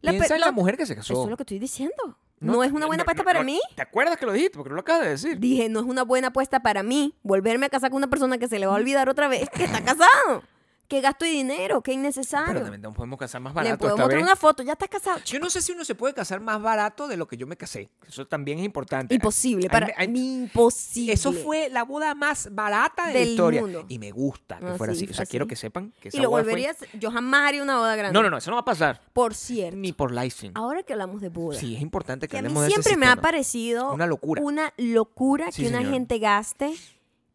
S1: La pe-
S2: Piensa en la
S1: la-
S2: mujer que se
S1: Eso
S2: casó.
S1: es lo que estoy diciendo.
S2: No, eh,
S1: No, es una buena
S2: no,
S1: apuesta
S2: no,
S1: para
S2: no.
S1: mí.
S2: ¿Te acuerdas que lo dijiste? Porque no lo acabas de decir.
S1: Dije, no es una buena apuesta para mí volverme a casar con una persona que se le
S2: Mm.
S1: va a olvidar otra vez que está casado. Que gasto de dinero, que
S2: Pero
S1: innecesario.
S2: también nos podemos casar más
S1: Le
S2: barato
S1: puedo
S2: esta
S1: mostrar
S2: vez.
S1: una foto, ya estás casado.
S2: Yo no sé si uno se puede casar más barato de lo que yo me casé. Eso también es importante.
S1: Imposible,
S2: Ay,
S1: para
S2: me- ay,
S1: mí imposible.
S2: Eso fue la boda más barata de
S1: Del
S2: la historia.
S1: mundo.
S2: Y me gusta que
S1: Ah,
S2: fuera
S1: sí,
S2: así. O sea,
S1: así.
S2: quiero que sepan
S1: Y
S2: que esa
S1: lo
S2: boda fue-
S1: volverías, yo jamás haría una boda grande.
S2: No, no, no, eso no va a pasar.
S1: Por cierto,
S2: Ni por Lightstream.
S1: ahora que hablamos de boda,
S2: Sí, es importante que
S1: que a mí
S2: hablemos de ese
S1: siempre me ha
S2: sistema.
S1: parecido
S2: Una locura.
S1: una locura
S2: Sí,
S1: que una
S2: señor.
S1: gente gaste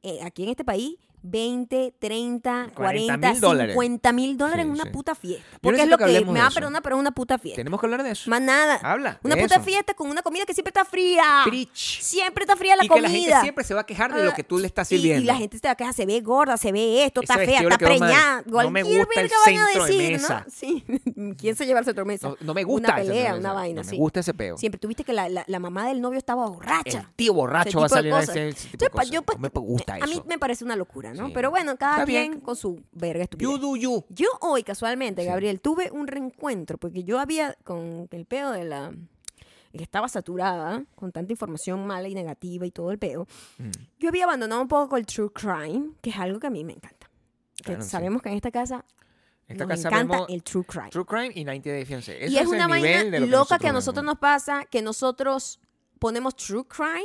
S1: eh, aquí en este país 20, 30, 40,
S2: 40.000 dólares.
S1: 50 mil dólares en
S2: Sí,
S1: una
S2: sí.
S1: puta fiesta. Porque es
S2: necesito
S1: lo
S2: que
S1: que,
S2: hablemos
S1: me
S2: de
S1: va a
S2: eso.
S1: perdonar, pero es una puta fiesta.
S2: Tenemos que hablar de eso.
S1: Más nada.
S2: Habla
S1: Una
S2: de
S1: puta
S2: eso.
S1: fiesta con una comida que siempre está fría.
S2: Preach.
S1: Siempre está fría la
S2: Ah, y
S1: comida.
S2: que la gente siempre se va a quejar de lo
S1: Ah,
S2: que tú le estás
S1: y-
S2: sirviendo.
S1: Y, la gente te va a quejar, se ve gorda, se ve esto, está
S2: Ese
S1: fea,
S2: vestido le
S1: está
S2: quedó mal.
S1: preñada.
S2: No me
S1: cualquier
S2: gusta el
S1: verga van a
S2: centro de
S1: decir,
S2: mesa.
S1: ¿no? Sí. ¿Quién se lleva el centro de mesa?
S2: no, no me gusta.
S1: Una
S2: ese-
S1: pelea,
S2: ese-
S1: una vaina,
S2: No
S1: sí.
S2: me gusta ese peo.
S1: Siempre tuviste que la, la- la mamá del novio estaba borracha.
S2: El tío
S1: Ese
S2: borracho va a
S1: tipo de
S2: salir a
S1: cosas.
S2: ese ese tipo de
S1: Yo, pa-
S2: cosas.
S1: yo, pa-
S2: No me gusta eso.
S1: A mí me parece una locura, ¿no?
S2: Sí.
S1: Pero bueno, cada
S2: Está
S1: quien
S2: bien.
S1: con su verga estúpida.
S2: You do you.
S1: Yo hoy, casualmente,
S2: Sí.
S1: Gabriel, tuve un reencuentro porque yo había, con el pedo de la... que estaba saturada con tanta información mala y negativa y todo el pedo.
S2: Mm.
S1: Yo había abandonado un poco el true crime, que es algo que a mí me encanta. Que
S2: Claro, sí.
S1: sabemos que en esta casa
S2: Esta
S1: nos
S2: casa
S1: encanta
S2: vemos
S1: el true crime.
S2: True Crime y 90 Day Fiancé. Ese
S1: y es
S2: el
S1: una vaina
S2: nivel de lo
S1: loca que a
S2: vemos.
S1: nosotros nos pasa, que nosotros ponemos true crime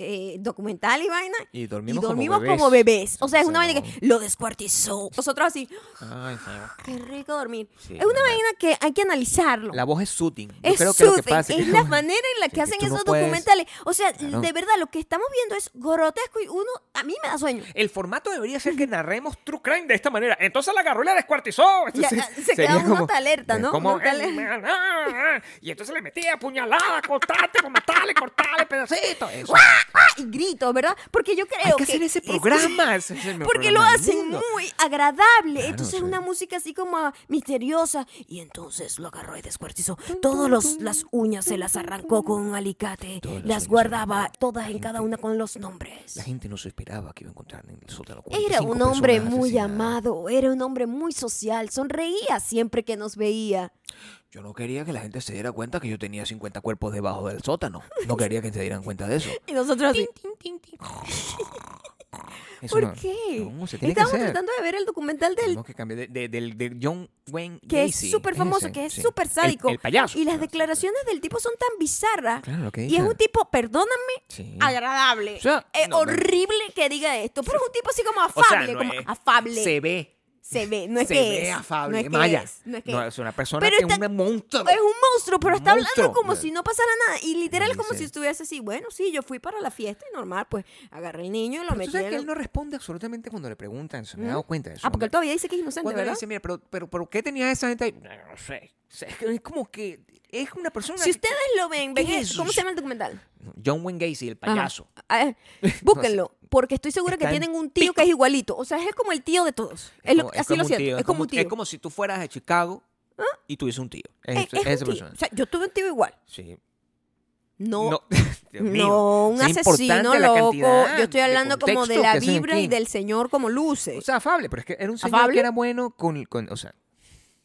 S1: eh, documental y vaina.
S2: Y
S1: Y
S2: dormimos,
S1: dormimos
S2: como
S1: como
S2: bebés.
S1: bebés. O sea, es
S2: O sea,
S1: una vaina
S2: no.
S1: que lo descuartizó. Nosotros así, "Ah,
S2: Ay, señor.
S1: qué rico dormir.
S2: Sí,
S1: es una
S2: verdad.
S1: vaina que hay que analizarlo.
S2: La voz es soothing. Yo
S1: es
S2: creo que lo que
S1: soothing,
S2: pasa
S1: es la manera en la que
S2: Sí,
S1: hacen
S2: tú no
S1: esos
S2: puedes-
S1: documentales. O sea,
S2: Claro.
S1: de verdad, lo que estamos viendo es grotesco y uno, a mí me da sueño.
S2: El formato debería ser que narremos True Crime de esta manera. Entonces la agarró y la descuartizó.
S1: Ya, ah,
S2: Entonces,
S1: se queda
S2: sería
S1: uno hasta alerta,
S2: eh,
S1: ¿no?
S2: como,
S1: Uno hasta
S2: eh, ah. y entonces le metía puñalada, cortarte, matale, cortale, pedacito. Eso.
S1: ¡Ah! Y gritos, ¿verdad? Porque yo creo
S2: Hay que hacer ese programa. ese es el mejor
S1: Porque lo
S2: programa del
S1: hacen
S2: mundo.
S1: muy agradable. entonces
S2: sí.
S1: una música así como ah, misteriosa. Y entonces lo agarró y descuartizó. Todas los- las uñas se las arrancó con un alicate.
S2: Todas las uñas
S1: Las
S2: se
S1: guardaba todas en cada una con los nombres.
S2: La gente no se esperaba que iba a encontrar en el sótano.
S1: Era
S2: 45
S1: un hombre
S2: personas
S1: muy
S2: asesinadas.
S1: amado, era un hombre muy social, sonreía siempre que nos veía.
S2: Yo no quería que la gente se diera cuenta que yo tenía 50 cuerpos debajo del sótano. No quería que se dieran cuenta de eso.
S1: Y nosotros así,
S2: Eso
S1: ¿por
S2: no-
S1: qué?
S2: no, se tiene que
S1: Estábamos
S2: hacer.
S1: tratando de ver el documental del
S2: Tenemos que cambiar de, de- del- de John Wayne
S1: que
S2: Gacy,
S1: es súper famoso,
S2: ese,
S1: que es
S2: sí.
S1: súper
S2: El-
S1: sádico.
S2: El, payaso.
S1: Y las
S2: Claro,
S1: declaraciones del tipo son tan bizarras.
S2: Claro, lo que
S1: Y
S2: dice.
S1: es un tipo, perdóname,
S2: Sí.
S1: agradable.
S2: Mm. O sea,
S1: es
S2: no, me-
S1: horrible que diga esto, pero es un tipo así como
S2: O sea,
S1: afable,
S2: no
S1: como
S2: es-
S1: afable.
S2: Se
S1: Se,
S2: ve.
S1: ve, no es
S2: se
S1: que
S2: ve
S1: es,
S2: afable.
S1: No es que
S2: Maya.
S1: es, no es que
S2: No,
S1: es.
S2: es una persona
S1: Pero
S2: que
S1: está-
S2: es un monstruo.
S1: Es un monstruo, pero está hablando
S2: Monstruo.
S1: como si no pasara nada. Y literal,
S2: Sí,
S1: como
S2: sí.
S1: si estuviese así. Bueno, sí, yo fui para la fiesta y normal, pues agarré el niño y lo
S2: Pero tú
S1: metí.
S2: sabes
S1: en
S2: que él
S1: el-
S2: no responde absolutamente cuando le preguntan. Se me he
S1: ¿Mm?
S2: dado cuenta de eso.
S1: Ah, porque él todavía dice que es inocente,
S2: Cuando le
S1: ¿verdad?
S2: dice, mira, pero, pero, pero ¿qué tenía esa gente ahí? No, no sé. O sea, es que es como que es una persona.
S1: Si ustedes lo ven, ven
S2: ¿Qué
S1: el-
S2: es?
S1: ¿cómo se llama el documental?
S2: John Wayne Gacy, el payaso.
S1: Ajá. A ver, búsquenlo, porque estoy segura que
S2: Está en
S1: tienen un tío que es igualito. O sea, es como el tío de todos. Es lo-
S2: como-
S1: así
S2: como
S1: lo
S2: un
S1: siento.
S2: tío,
S1: es como un tío. ¿Ah?
S2: Es como si tú fueras de Chicago y tuviese un tío.
S1: Eh, Es- es
S2: Es,
S1: un
S2: esa
S1: tío.
S2: persona.
S1: O sea, yo tuve un tío igual.
S2: Sí.
S1: No. No.
S2: Dios mío.
S1: un
S2: Es importante
S1: asesino
S2: la
S1: loco.
S2: cantidad
S1: Yo estoy hablando como de
S2: contexto
S1: la
S2: que hacen
S1: vibra y
S2: aquí.
S1: del señor como luce.
S2: O sea, afable, pero es que era un señor
S1: eh. Afable.
S2: que era bueno con, con- O sea,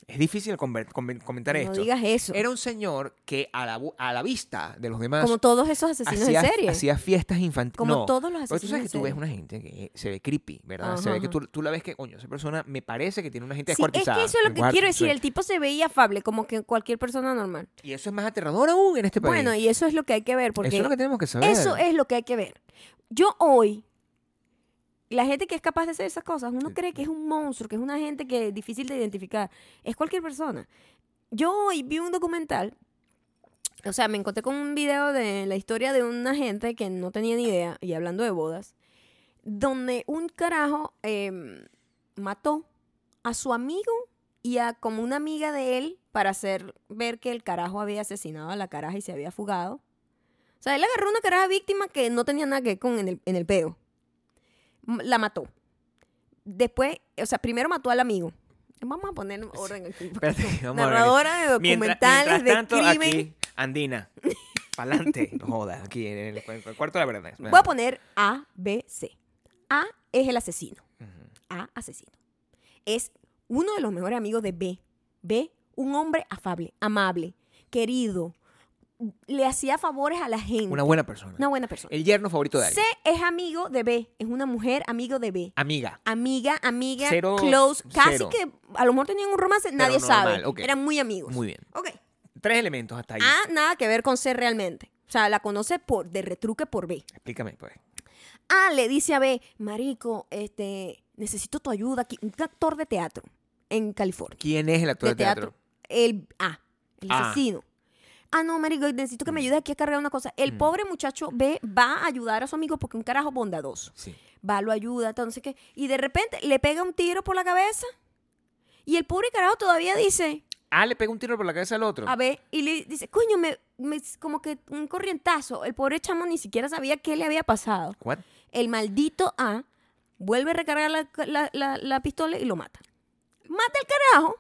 S2: es difícil conver- conven- comentar
S1: no
S2: esto.
S1: digas eso.
S2: Era un señor que a la, bu- a la vista de los demás
S1: Como todos esos asesinos
S2: hacía,
S1: en serie.
S2: hacía fiestas infantiles.
S1: Como
S2: no.
S1: todos los
S2: Porque tú
S1: asesinos
S2: sabes
S1: en
S2: que tú ves
S1: serie.
S2: una gente que se ve creepy, ¿verdad? se
S1: Ajá,
S2: ve que
S1: ajá.
S2: tú, tú la ves que, coño, esa persona me parece que tiene una gente
S1: Sí, es
S2: descuartizada.
S1: que eso es lo que
S2: Descuart-
S1: quiero decir.
S2: sí.
S1: El tipo se veía afable, como que cualquier persona normal.
S2: Y eso es más aterrador aún en este país.
S1: Bueno, y eso es lo que hay que ver, porque
S2: eso es lo que tenemos que saber.
S1: Eso es lo que hay que ver. Yo hoy, la gente que es capaz de hacer esas cosas, uno
S2: Sí.
S1: cree que es un monstruo, que es una gente que es difícil de identificar. Es cualquier persona. Yo hoy vi un documental, o sea, me encontré con un video de la historia de una gente que no tenía ni idea, y hablando de bodas, donde un carajo em, mató a su amigo y a como una amiga de él para hacer ver que el carajo había asesinado a la caraja y se había fugado. O sea, él agarró una caraja víctima que no tenía nada que ver con en el, en el peo. M- La mató. Después, o sea, primero mató al amigo. Vamos a poner orden aquí. porque
S2: Espérate,
S1: soy
S2: vamos a organizar.
S1: narradora de
S2: Mientras-
S1: documentales
S2: mientras tanto,
S1: de crimen.
S2: Aquí, Andina. Pa'lante. No jodas, aquí en el, cu- cu- cuarto de la verdad.
S1: Voy a poner A, B, C. A es el asesino.
S2: Ujú.
S1: A, asesino. Es uno de los mejores amigos de B. B, un hombre afable, amable, querido. Le hacía favores a la gente.
S2: Una buena persona.
S1: Una buena persona.
S2: El yerno favorito de
S1: C
S2: alguien.
S1: es amigo de B. Es una mujer amigo de B.
S2: Amiga.
S1: Amiga, amiga,
S2: Cero,
S1: close. Casi
S2: cero.
S1: que a lo mejor tenían un romance, nadie sabe.
S2: normal, ok.
S1: Eran muy amigos. Ah.
S2: Muy bien.
S1: Ok.
S2: Tres elementos hasta ahí.
S1: A, nada que ver con C realmente. O sea, la conoce por, de retruque por B.
S2: Explícame, pues.
S1: A Ah, le dice a B, Marico, este, necesito tu ayuda aquí. Un actor de teatro en California.
S2: ¿Quién es el actor de,
S1: de teatro. El A, el
S2: A.
S1: asesino. Ah, no, Marico, necesito que
S2: Mm.
S1: me ayudes aquí a cargar una cosa. El pobre muchacho B va a ayudar a su amigo porque es un carajo bondadoso.
S2: Sí.
S1: Va, lo ayuda, entonces qué. Y de repente le pega un tiro por la cabeza. Y el pobre carajo todavía dice,
S2: Ah, le pega un tiro por la cabeza al otro.
S1: a ver, y le dice, coño, me, me- como que un corrientazo. El pobre chamo ni siquiera sabía qué le había pasado
S2: What?
S1: el maldito A vuelve a recargar la, la- la- la pistola y lo mata. Mata el carajo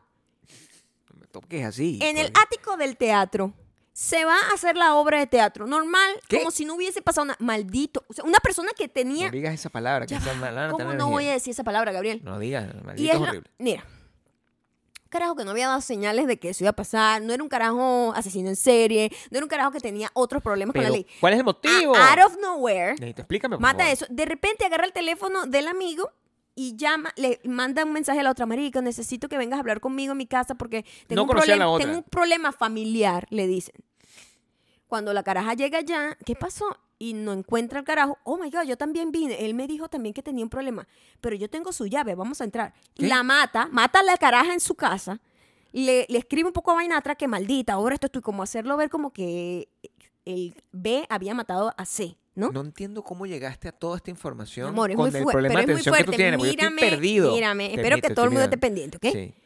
S2: No me toques así.
S1: en el
S2: pues.
S1: ático del teatro. Se va a hacer la obra de teatro normal,
S2: ¿Qué?
S1: como si no hubiese pasado nada. Maldito. O sea, una persona que tenía.
S2: No digas esa palabra. Que
S1: Ya
S2: esa
S1: va,
S2: mala-
S1: ¿Cómo
S2: mala
S1: no voy a
S2: energía.
S1: decir esa palabra, Gabriel?
S2: No digas.
S1: Y
S2: Maldito
S1: es
S2: es
S1: la-
S2: horrible.
S1: mira, carajo que no había dado señales de que eso iba a pasar, no era un carajo asesino en serie, no era un carajo que tenía otros problemas
S2: Pero,
S1: con la ley.
S2: ¿cuál es el motivo?
S1: Ah, out of nowhere,
S2: Necesito, explícame, por
S1: Mata
S2: favor.
S1: eso. De repente agarra el teléfono del amigo y llama, le manda un mensaje a la otra marica, necesito que vengas a hablar conmigo en mi casa porque tengo,
S2: No
S1: un,
S2: conocía a
S1: problema,
S2: la otra.
S1: tengo un problema familiar, le dicen. Cuando la caraja llega allá, ¿qué pasó? y no encuentra el carajo, oh my god, yo también vine, él me dijo también que tenía un problema, pero yo tengo su llave, vamos a entrar.
S2: ¿Qué?
S1: La mata, mata a la caraja en su casa, le, le escribe un poco a vaina atrás que maldita, ahora esto estoy como hacerlo ver como que el B había matado a C, ¿no?
S2: No entiendo cómo llegaste a toda esta información
S1: Mi amor, es
S2: con
S1: muy
S2: el
S1: fuerte,
S2: problema
S1: pero
S2: de
S1: es muy
S2: atención que tú
S1: fuerte.
S2: tienes, porque yo
S1: mírame,
S2: estoy perdido.
S1: mírame,
S2: Te
S1: espero
S2: admito,
S1: que todo el
S2: estoy
S1: mundo esté
S2: mirando.
S1: pendiente, ¿ok?
S2: Sí,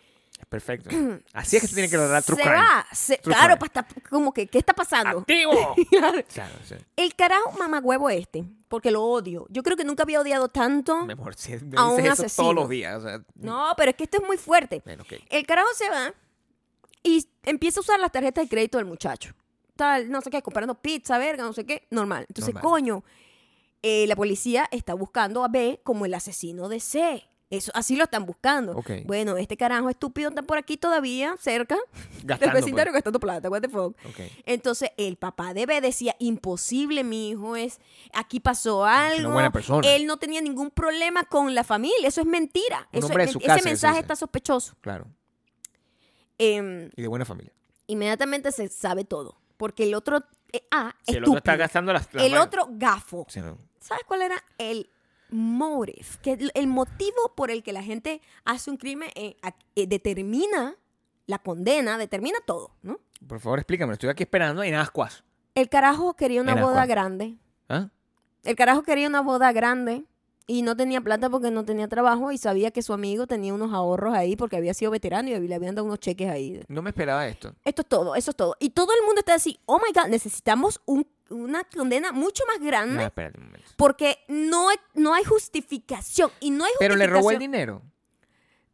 S2: perfecto. Así es que se tiene que lograr True
S1: se
S2: Crime.
S1: va, se-
S2: True
S1: claro,
S2: crime. Ah.
S1: para estar como que, ¿qué está pasando?
S2: ¡Activo!
S1: Claro.
S2: claro, sí.
S1: El carajo mamagüevo este, porque lo odio. Yo creo que nunca había odiado tanto.
S2: Mi amor, si me dices
S1: A un
S2: eso
S1: asesino.
S2: todos los días. o sea,
S1: No, pero es que esto es muy fuerte.
S2: Bueno, ok.
S1: El carajo se va y empieza a usar las tarjetas de crédito del muchacho. Tal, no sé qué, comprando pizza, verga, no sé qué, normal. Entonces,
S2: Normal.
S1: coño, eh, la policía está buscando a B como el asesino de C. Eso, así lo están buscando.
S2: Ok.
S1: Bueno, este carajo estúpido está por aquí todavía, cerca del
S2: Gastando,
S1: vecindario
S2: pues.
S1: gastando plata, what the fuck.
S2: Ok.
S1: Entonces el papá de B decía, imposible, mi hijo es, aquí pasó algo.
S2: buena persona.
S1: Él no tenía ningún problema con la familia, eso es mentira.
S2: Un
S1: Eso
S2: hombre
S1: es
S2: de su
S1: men-
S2: casa,
S1: ese
S2: eso
S1: mensaje
S2: dice.
S1: está sospechoso.
S2: Claro.
S1: Em,
S2: Y de buena familia.
S1: inmediatamente se sabe todo, porque el otro, eh, ah,
S2: Si el
S1: estúpido.
S2: otro está gastando las... las
S1: El
S2: manos.
S1: otro gafo.
S2: Sí, no.
S1: ¿Sabes cuál era el motive? Que el- el motivo por el que la gente hace un crimen eh, a- eh, determina la condena, determina todo, ¿no?
S2: Por favor, explícame. Estoy aquí esperando en ascuas.
S1: El carajo quería una
S2: Era
S1: boda
S2: Juan.
S1: grande.
S2: ¿Ah?
S1: El carajo quería una boda grande y no tenía plata porque no tenía trabajo y sabía que su amigo tenía unos ahorros ahí porque había sido veterano y le habían dado unos cheques ahí.
S2: No me esperaba esto.
S1: Esto es todo, eso es todo. Y todo el mundo está así, oh my God, necesitamos un- una condena mucho más grande
S2: No, espérate un momento.
S1: porque no, hay- no hay justificación. Y no hay
S2: Pero
S1: justificación.
S2: le robó el dinero.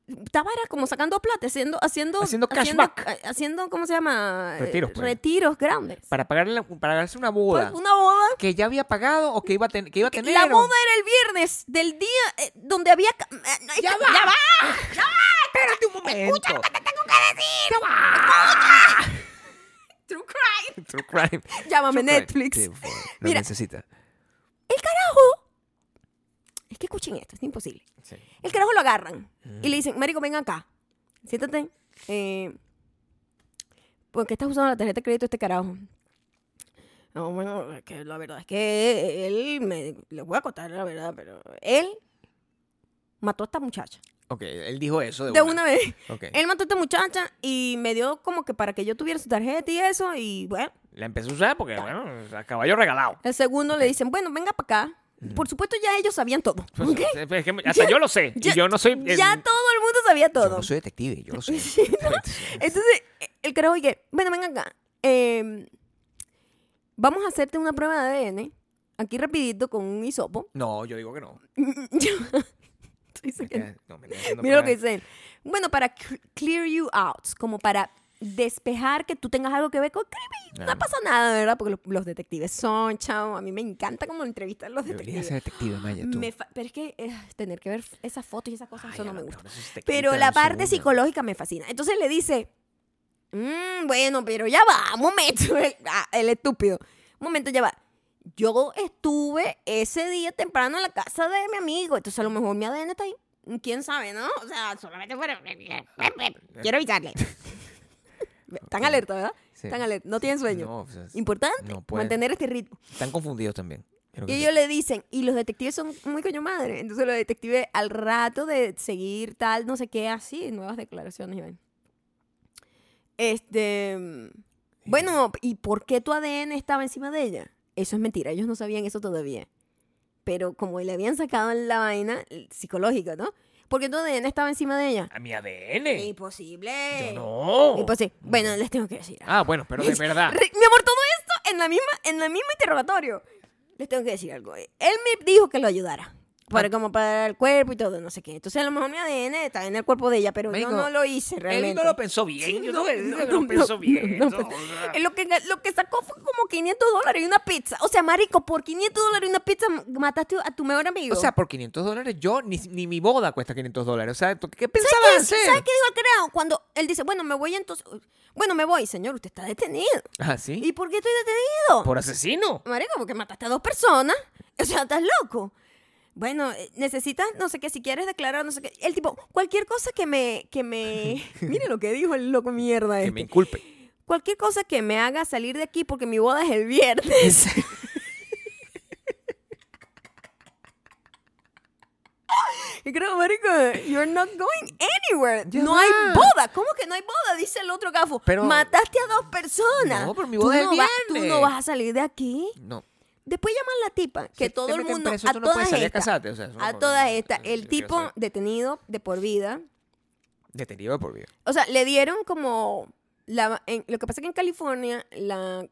S1: Estaba era como sacando plata, haciendo... Haciendo,
S2: Haciendo cashback.
S1: Haciendo, haciendo, ¿cómo se llama?
S2: Retiros,
S1: Eh,
S2: pues.
S1: Retiros grandes.
S2: Para pagarle, la- para pagarse una boda.
S1: Pues, Una boda
S2: Que ya había pagado o que iba a, ten- que iba a tener.
S1: La
S2: o-
S1: boda era el viernes del día eh, donde había. ca- eh, eh,
S2: ¡Ya va! Espérate un momento.
S1: True crime.
S2: True crime.
S1: Llámame
S2: True crime.
S1: Netflix.
S2: Sí, por favor, lo
S1: Mira.
S2: necesita.
S1: Es que escuchen esto, es imposible.
S2: Sí.
S1: El carajo lo agarran y
S2: Mm.
S1: le dicen, Marico, ven acá. Siéntate. Eh, ¿Por qué estás usando la tarjeta de crédito de este carajo? No, bueno, es que la verdad es que él me. Les voy a contar la verdad, pero él mató a esta muchacha.
S2: Ok, él dijo eso de,
S1: De
S2: una.
S1: una vez.
S2: Ok.
S1: Él mató a esta muchacha y me dio como que para que yo tuviera su tarjeta y eso, y bueno.
S2: La empezó a usar porque, bueno, a caballo regalado.
S1: El segundo le dicen, bueno, venga para acá. Por supuesto, ya ellos sabían todo.
S2: Pues,
S1: ¿ok?
S2: es que hasta
S1: Ya-
S2: yo lo sé. y yo no soy. eh,
S1: Ya todo el mundo sabía
S2: yo
S1: todo.
S2: no soy detective, yo lo sé.
S1: Entonces, el carajo que, bueno, venga acá. eh, vamos a hacerte una prueba de ADN. Aquí rapidito con un hisopo.
S2: no, yo digo que no. Eh,
S1: Dice que-
S2: No, me está haciendo
S1: Mira lo que
S2: pruebas.
S1: dicen. Bueno, para cl- clear you out, como para despejar que tú tengas algo que ver con crimen.
S2: Claro.
S1: No pasa nada, ¿verdad? Porque los, los detectives son, chao. A mí me encanta como entrevistar a los
S2: Deberías
S1: detectives.
S2: ser detective, Maya, tú.
S1: Me fa- pero es que eh, tener que ver f- esas fotos y esas cosas,
S2: Ay,
S1: eso
S2: a
S1: no
S2: lo
S1: me
S2: mejor
S1: gusta.
S2: eso se te
S1: Pero
S2: quita
S1: la
S2: en
S1: parte
S2: segundo.
S1: psicológica me fascina. Entonces le dice, "Mm, bueno, pero ya va, un momento, el, ah, el estúpido. Un momento, ya va. Yo estuve ese día temprano en la casa de mi amigo, entonces a lo mejor mi ADN está ahí. ¿Quién sabe, no? O sea, solamente fuera... Quiero avisarle. Están alerta, ¿verdad?
S2: Sí.
S1: Están alerta, no tienen sueño.
S2: No, pues. o sea, es-
S1: Importante
S2: no pueden.
S1: mantener este ritmo.
S2: Están confundidos también. Creo que
S1: Y
S2: sí.
S1: ellos le dicen, y los detectives son muy coño madre. Entonces los detectives al rato de seguir tal, no sé qué, así, nuevas declaraciones, Iván. Este, bueno, ¿y por qué tu ADN estaba encima de ella? Eso es mentira, ellos no sabían eso todavía. Pero como le habían sacado la vaina eh, psicológica, ¿no? ¿Por qué tu ADN estaba encima de ella?
S2: A mi ADN.
S1: Imposible.
S2: Yo no.
S1: Imposible. Bueno, les tengo que decir. algo.
S2: Ah, bueno, pero de verdad.
S1: Re- Mi amor, todo esto en la misma, en la misma interrogatorio. Les tengo que decir algo. eh. Él me dijo que lo ayudara. Para,
S2: Ah.
S1: Como para el cuerpo y todo, no sé qué. Entonces, a lo mejor mi ADN está en el cuerpo de ella, pero
S2: Marico,
S1: yo no lo hice realmente.
S2: Él no lo pensó bien. Yo no,
S1: no,
S2: no,
S1: no,
S2: lo pensó
S1: no,
S2: bien.
S1: no,
S2: eso,
S1: pues,
S2: o sea.
S1: Eh, Lo que, lo que sacó fue como 500 dólares y una pizza. O sea, marico, por 500 dólares y una pizza mataste a tu mejor amigo.
S2: O sea, por 500 dólares, yo ni, ni mi boda cuesta 500 dólares. O sea, ¿tú ¿qué
S1: ¿Sabes
S2: pensaba
S1: qué,
S2: hacer?
S1: ¿Sabes qué dijo el creado? Cuando él dice, bueno, me voy entonces... Bueno, me voy, señor, usted está detenido.
S2: Ah, sí.
S1: ¿Y por qué estoy detenido?
S2: Por asesino.
S1: Marico, porque mataste a dos personas. O sea, estás loco. Bueno, eh, necesitas, no sé qué, si quieres declarar, no sé qué. El tipo, cualquier cosa que me, que me... Mire lo que dijo el loco mierda
S2: Que
S1: este.
S2: me inculpe.
S1: Cualquier cosa que me haga salir de aquí porque mi boda es el viernes. Yo creo, marico, you're not going anywhere.
S2: Ya
S1: no
S2: va.
S1: hay boda. ¿Cómo que no hay boda? Dice el otro gafo.
S2: Pero-
S1: Mataste a dos personas.
S2: No, pero mi
S1: Tú
S2: boda es
S1: no vas- Tú
S2: viernes.
S1: no vas a salir de aquí.
S2: No.
S1: Después llaman a la tipa, que
S2: Sí,
S1: todo
S2: te
S1: el
S2: meten
S1: mundo,
S2: preso,
S1: a
S2: tú no puedes
S1: todas
S2: salir a
S1: estas,
S2: casarte, o sea, eso
S1: a
S2: no-
S1: todas estas,
S2: no,
S1: el
S2: yo
S1: tipo
S2: sé.
S1: detenido de por vida,
S2: Detenido por vida.
S1: o sea, le dieron como, la, en- lo que pasa es que en California la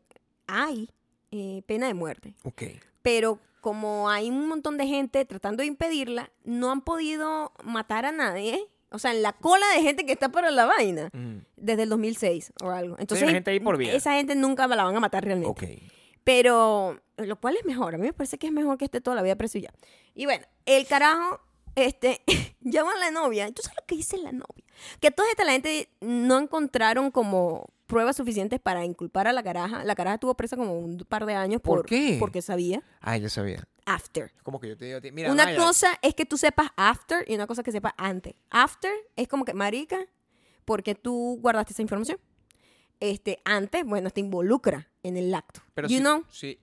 S1: hay eh, pena de muerte,
S2: Ok.
S1: pero como hay un montón de gente tratando de impedirla, no han podido matar a nadie, o sea, en la cola de gente que está para la vaina,
S2: Mm,
S1: desde el 2006 o algo. Entonces,
S2: hay gente ahí por vida.
S1: esa gente nunca la van a matar realmente.
S2: Ok.
S1: Pero, lo cual es mejor. A mí me parece que es mejor que esté toda la vida preso y ya. Y bueno, el carajo, este, llama a la novia. ¿Tú sabes lo que dice la novia? Que toda esta la gente no encontraron como pruebas suficientes para inculpar a la caraja. La caraja estuvo presa como un par de años.
S2: ¿Por qué?
S1: Porque sabía.
S2: Ah, yo sabía.
S1: After.
S2: Como que yo te digo a ti, mira,
S1: una
S2: Maya,
S1: cosa es que tú sepas after y una cosa que sepas antes. After es como que, marica, porque tú guardaste esa información. Este, antes, bueno, te involucra en el acto.
S2: Pero
S1: you
S2: sí,
S1: know?
S2: sí.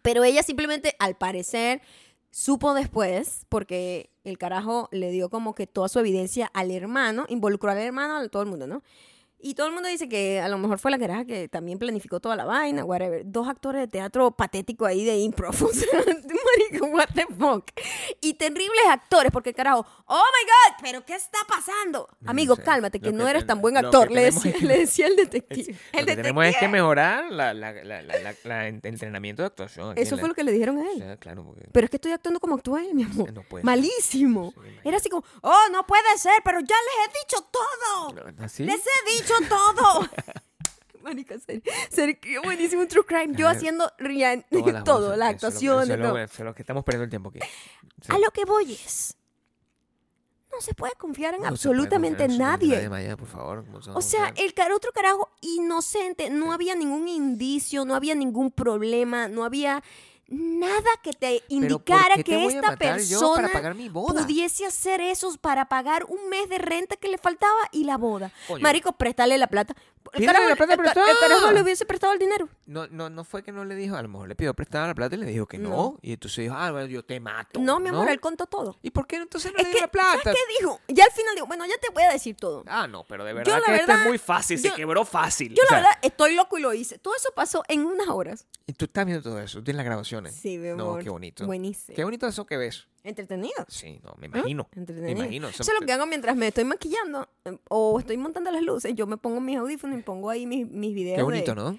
S1: Pero ella simplemente, al parecer, supo después, porque el carajo le dio como que toda su evidencia al hermano, involucró al hermano, a todo el mundo, ¿no? Y todo el mundo dice que a lo mejor fue la caraja que también planificó toda la vaina, whatever. Dos actores de teatro patético ahí de improv. O sea, Marico, what the fuck. Y terribles actores, porque el carajo, oh my god, pero ¿qué está pasando?
S2: No
S1: Amigo,
S2: sé.
S1: cálmate, que
S2: Lo
S1: no
S2: que
S1: eres tan
S2: ten-
S1: buen
S2: lo que
S1: actor, le
S2: tenemos
S1: decía,
S2: es-
S1: le decía el detective. El
S2: Lo que tenemos es que
S1: detective.
S2: mejorar la, la, la, la, la- la en- entrenamiento de actuación.
S1: Eso fue lo que le dijeron a él.
S2: Claro, porque...
S1: Pero es que estoy actuando como actúa él, mi amor.
S2: No puede ser.
S1: Malísimo.
S2: pues. Sí, imagínate.
S1: Era así como, oh, no puede ser, pero ya les he dicho todo.
S2: ¿Así?
S1: Les he dicho todo. Marica, serio, serio, qué buenísimo un true crime. Yo
S2: Claro.
S1: haciendo Rian,
S2: Todas las
S1: todo,
S2: bolsas,
S1: la
S2: eso es lo-
S1: actuación.
S2: Eso es
S1: todo.
S2: lo, eso es lo que estamos perdiendo el tiempo aquí. Sí.
S1: A lo que voy es, no se puede confiar en
S2: No se puede
S1: absolutamente
S2: confiar en
S1: nadie.
S2: nadie, Maya, por favor. no se va a
S1: O sea,
S2: confiar.
S1: el cara otro carajo inocente, no había ningún indicio, no había ningún problema, no había nada que te
S2: Pero ¿por
S1: indicara
S2: qué te
S1: que
S2: voy a
S1: esta
S2: matar yo
S1: persona
S2: para pagar mi boda.
S1: pudiese hacer eso para pagar un mes de renta que le faltaba y la boda.
S2: Oye.
S1: Marico, préstale la plata. El
S2: Pídele
S1: carajo,
S2: la plata
S1: el ca-
S2: prestada.
S1: el carajo le hubiese prestado el dinero.
S2: No, no, no fue que no le dijo, a lo mejor le pidió prestada la plata y le dijo que no.
S1: No.
S2: Y entonces dijo, ah, bueno, yo te mato.
S1: No, mi amor, él contó todo.
S2: ¿Y por qué entonces no
S1: Es
S2: le
S1: que,
S2: dio la plata?
S1: ¿sabes qué dijo? Ya al final dijo, bueno, ya te voy a decir todo.
S2: Ah, no, pero de
S1: Yo,
S2: verdad
S1: la
S2: que esto
S1: verdad,
S2: es muy fácil,
S1: yo-
S2: se quebró fácil.
S1: Yo
S2: O
S1: la
S2: sea,
S1: verdad estoy loco y lo hice. Todo eso pasó en unas horas.
S2: Y tú estás viendo todo eso, tienes las grabaciones.
S1: Sí, mi
S2: No,
S1: amor.
S2: qué bonito.
S1: Buenísimo.
S2: Qué bonito eso que ves.
S1: Entretenido.
S2: Sí, no,
S1: ¿Mm?
S2: me imagino. Me
S1: Entretenido.
S2: imagino.
S1: Eso
S2: eso-
S1: es lo que hago mientras me estoy maquillando eh, o estoy montando las luces. Yo me pongo mis audífonos y pongo ahí mis, mis videos.
S2: Qué
S1: de-
S2: bonito, ¿no?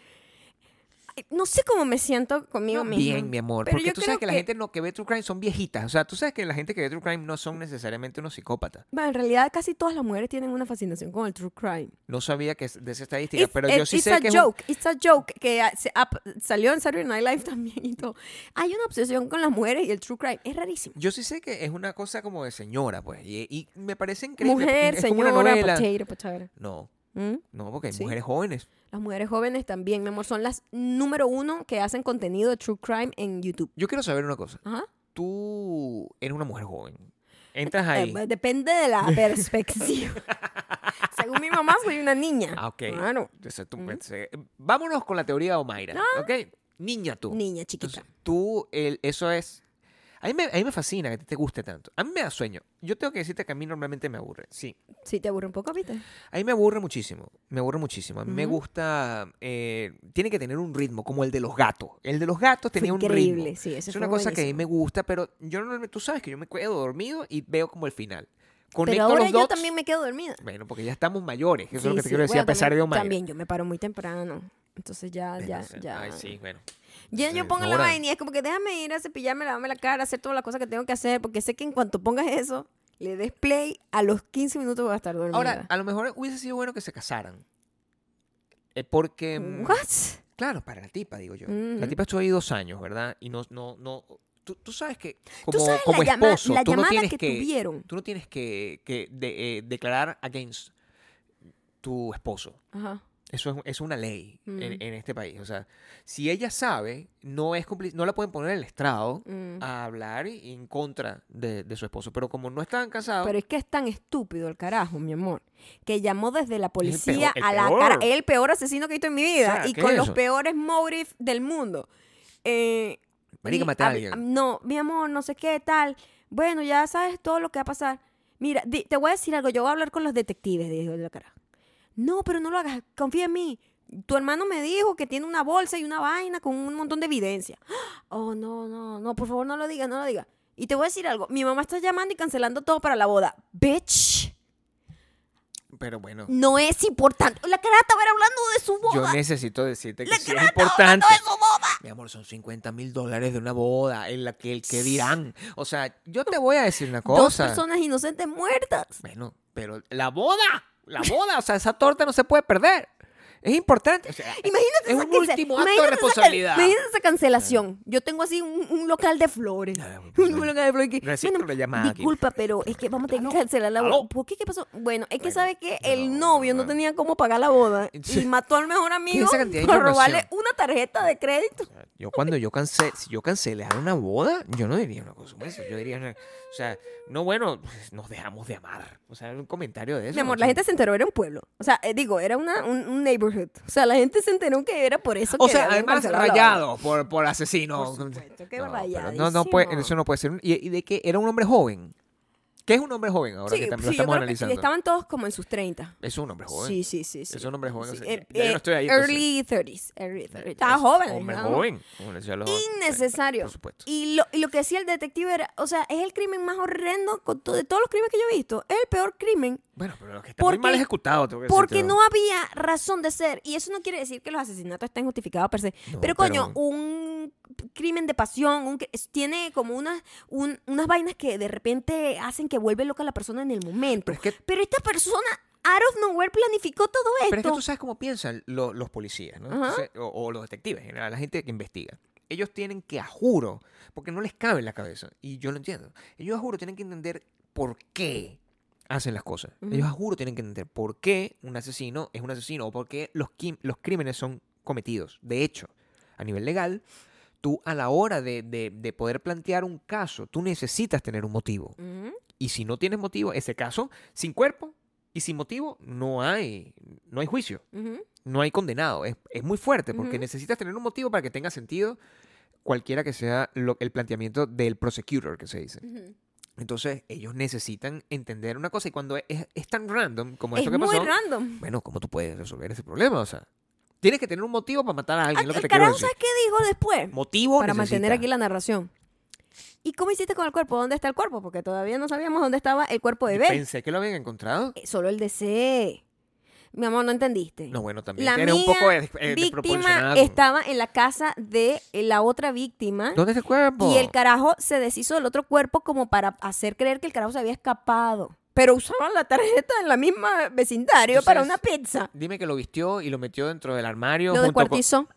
S1: Ay, No sé cómo me siento conmigo
S2: No,
S1: misma.
S2: Bien, mi amor.
S1: Pero
S2: porque
S1: yo
S2: tú sabes
S1: creo
S2: que, la
S1: que-
S2: gente no, que ve True Crime son viejitas. O sea, tú sabes que la gente que ve True Crime no son necesariamente unos psicópatas.
S1: Bueno, en realidad casi todas las mujeres tienen una fascinación con el true crime.
S2: No sabía que es de esa estadística,
S1: It's-
S2: pero
S1: it-
S2: yo sí
S1: it's
S2: sé
S1: a
S2: que es un-
S1: joke, it's a joke que ah, se- ah, p- salió en Saturday Night Live también y todo. Hay una obsesión con las mujeres y el true crime. Es rarísimo.
S2: Yo sí sé que es una cosa como de señora, pues. Y, y me parece increíble.
S1: Mujer,
S2: es como
S1: señora,
S2: una novela.
S1: potato, potato.
S2: No,
S1: ¿Mm?
S2: no, porque hay
S1: Sí.
S2: mujeres jóvenes.
S1: Las mujeres jóvenes también, mi amor, son las número uno que hacen contenido de true crime en YouTube.
S2: Yo quiero saber una cosa.
S1: Ajá.
S2: Tú eres una mujer joven. Entras
S1: Eh,
S2: ahí.
S1: pues, depende de la perspectiva. Según mi mamá, soy una niña.
S2: Ah, ok.
S1: Claro.
S2: Entonces, tú- eh, Vámonos con la teoría de Omaira. ¿Ok? Niña tú.
S1: Niña
S2: Entonces,
S1: chiquita.
S2: tú, el- eso es. A mí, me, a mí me fascina que te guste tanto. A mí me da sueño. Yo tengo que decirte que a mí normalmente me aburre. Sí.
S1: Sí, te aburre un poco, ¿viste?
S2: A mí me aburre muchísimo. Me aburre muchísimo. A mí me
S1: Ujú.
S2: gusta. eh, tiene que tener un ritmo, como el de los gatos. El de los gatos tenía un
S1: increíble,
S2: ritmo.
S1: sí, ese
S2: es
S1: fue
S2: una cosa que a mí
S1: buenísimo.
S2: me gusta, pero yo normalmente. Tú sabes que yo me quedo dormido y veo como el final.
S1: Pero
S2: Conecto
S1: ahora
S2: los
S1: yo
S2: dots.
S1: también me quedo dormida.
S2: Bueno, porque ya estamos mayores. Eso es
S1: Sí,
S2: lo que te
S1: sí.
S2: quiero decir,
S1: Bueno,
S2: a pesar
S1: también,
S2: de Omaira.
S1: También, yo me paro muy temprano. Entonces ya, ya,
S2: Entonces,
S1: ya.
S2: Ay, sí, bueno.
S1: Ya yo
S2: Entonces,
S1: pongo la
S2: ahora-
S1: vaina y es como que déjame ir a cepillarme, lavarme la cara, hacer todas las cosas que tengo que hacer, porque sé que en cuanto pongas eso, le des play, a los 15 minutos voy a estar dormida.
S2: Ahora, a lo mejor hubiese sido bueno que se casaran. Eh, porque. mm,
S1: ¿What?
S2: Claro, para la tipa, digo yo. La
S1: Ujú.
S2: tipa estuvo ahí dos años, ¿verdad? Y no, no, no. Tú, tú sabes que como,
S1: ¿Tú sabes
S2: como
S1: la, llama-
S2: esposo,
S1: la
S2: tú no
S1: llamada
S2: tienes
S1: que,
S2: que,
S1: tuvieron?
S2: tú no tienes que, que de- eh, declarar against tu esposo.
S1: Ajá.
S2: Eso es, es una ley en,
S1: Mm.
S2: en este país. O sea, si ella sabe, no es compli- no la pueden poner en el estrado
S1: Mm.
S2: a hablar y- en contra de, de su esposo. Pero como no estaban casados,
S1: Pero es que es tan estúpido el carajo, mi amor, que llamó desde la
S2: el
S1: policía
S2: peor-
S1: a
S2: el
S1: la
S2: peor.
S1: cara. Es el peor asesino que he visto en mi vida
S2: O sea,
S1: y
S2: ¿qué
S1: con
S2: es
S1: los
S2: eso?
S1: peores motives del mundo. Eh,
S2: marica,
S1: y
S2: matar a
S1: hab-
S2: alguien.
S1: No, mi amor, no sé qué tal. Bueno, ya sabes todo lo que va a pasar. Mira, di- te voy a decir algo, yo voy a hablar con los detectives, dijo la cara. No, pero no lo hagas, confía en mí. Tu hermano me dijo que tiene una bolsa y una vaina con un montón de evidencia. Oh, no, no, no, por favor no lo digas, no lo digas. Y te voy a decir algo, mi mamá está llamando y cancelando todo para la boda. Bitch,
S2: Pero bueno,
S1: no es importante. La cara estaba hablando de su boda.
S2: yo necesito decirte que
S1: la
S2: sí
S1: cara
S2: es
S1: estaba hablando
S2: importante.
S1: de su boda.
S2: Mi amor, son 50 mil dólares de una boda en la que el que dirán. O sea, yo te voy a decir una
S1: Dos
S2: cosa.
S1: personas inocentes muertas.
S2: Bueno, pero la boda, la boda, o sea, esa torta no se puede perder. Es importante. o sea,
S1: Imagínate
S2: es
S1: esa
S2: un
S1: cance-
S2: último
S1: imagínate
S2: acto de
S1: esa can-
S2: responsabilidad.
S1: Imagínate esa cancelación. Yo tengo así un, un local de flores.
S2: Ah,
S1: Un
S2: bueno.
S1: local de flores. que-
S2: Gracias por la llamada, Kim.
S1: disculpa, pero es que vamos a tener que cancelar la
S2: aló.
S1: boda. ¿Por qué? ¿Qué pasó? Bueno, es que
S2: Bueno,
S1: sabe que el
S2: no,
S1: novio no
S2: bueno.
S1: tenía cómo pagar la boda y
S2: Sí.
S1: mató al mejor amigo
S2: esa cantidad de
S1: por robarle
S2: información.
S1: una tarjeta de crédito.
S2: Yo cuando yo cansé, si yo cancelara una boda, yo no diría una cosa como esa, Yo diría, una- o sea, no bueno, pues, nos dejamos de amar. O sea, un comentario de eso.
S1: Mi amor,
S2: o
S1: la
S2: sea,
S1: gente se enteró, era un pueblo. O sea, eh, digo, era una, un, un neighborhood. O sea, la gente se enteró que era por eso
S2: O
S1: que
S2: sea,
S1: habían
S2: además
S1: cancelado la boda.
S2: rayado por, por asesino.
S1: Por supuesto, qué
S2: pero no, no puede,
S1: rayadísimo.
S2: eso no puede ser. ¿Y, y de qué? Era un hombre joven. ¿Qué es un hombre joven ahora
S1: Sí,
S2: que también
S1: sí, yo
S2: lo estamos
S1: creo que sí,
S2: analizando?
S1: estaban todos como en sus 30.
S2: Es un hombre joven.
S1: Sí, sí, sí, sí.
S2: Es un hombre joven, o sea,
S1: eh,
S2: ya yo no
S1: eh,
S2: estoy ahí, entonces.
S1: Early 30s. Early 30s.
S2: Es
S1: Estaba joven.
S2: Un hombre
S1: ¿no?
S2: joven. como le decía a los jóvenes.
S1: Innecesario.
S2: Por supuesto.
S1: Y lo, y lo que decía el detective era, o sea, es el crimen más horrendo con to- de todos los crímenes que yo he visto. Es el peor crimen
S2: Bueno, pero lo que está
S1: Porque-
S2: muy mal ejecutado. tengo que
S1: porque
S2: decirte,
S1: no había razón de ser. Y eso no quiere decir que los asesinatos estén justificados per se.
S2: No,
S1: pero coño,
S2: pero-
S1: un crimen de pasión un cri- es- tiene como unas, un- unas vainas que de repente hacen que vuelve loca a la persona en el momento. Pero,
S2: Pero es que-
S1: esta persona, out of nowhere, planificó todo esto.
S2: Pero es que tú sabes cómo piensan lo- los policías, ¿no?
S1: Ajá.
S2: Entonces, o, o los detectives, en general, la gente que investiga. Ellos tienen que, a juro, porque no les cabe en la cabeza, y yo lo entiendo, ellos a juro tienen que entender por qué hacen las cosas.
S1: Ujú.
S2: Ellos a juro tienen que entender por qué un asesino es un asesino o por qué los, quim- los crímenes son cometidos. De hecho, a nivel legal, tú a la hora de, de- de poder plantear un caso, tú necesitas tener un motivo.
S1: Ujú.
S2: Y si no tienes motivo, ese caso, sin cuerpo y sin motivo, no hay, no hay juicio
S1: Ujú.
S2: no hay condenado. Es, es muy fuerte porque
S1: Ujú.
S2: necesitas tener un motivo para que tenga sentido cualquiera que sea lo- el planteamiento del prosecutor, que se dice.
S1: Ujú.
S2: Entonces, ellos necesitan entender una cosa y cuando es, es tan random como
S1: Es
S2: esto que
S1: muy
S2: pasó,
S1: random.
S2: bueno, ¿cómo tú puedes resolver ese problema? O sea, tienes que tener un motivo para matar a alguien,
S1: Ah,
S2: lo que
S1: el
S2: te quiero
S1: carajo,
S2: decir.
S1: ¿sabes qué dijo después?
S2: Motivo
S1: Para mantener
S2: necesita.
S1: aquí la narración. ¿Y cómo hiciste con el cuerpo? ¿Dónde está el cuerpo? Porque todavía no sabíamos dónde estaba el cuerpo de
S2: Yo
S1: Ben.
S2: Pensé que lo habían encontrado.
S1: Eh, Solo el DC. Mi amor, no entendiste.
S2: No, bueno, también
S1: Eh, La
S2: era
S1: mía
S2: un poco des- eh,
S1: víctima
S2: desproporcionado.
S1: estaba en la casa de eh, la otra víctima.
S2: ¿Dónde está el cuerpo?
S1: Y el carajo se deshizo del otro cuerpo como para hacer creer que el carajo se había escapado. Pero usaban la tarjeta en la misma vecindario
S2: Entonces,
S1: para una pizza.
S2: Dime que lo vistió y lo metió dentro del armario.
S1: Lo
S2: junto con-
S1: descuartizó.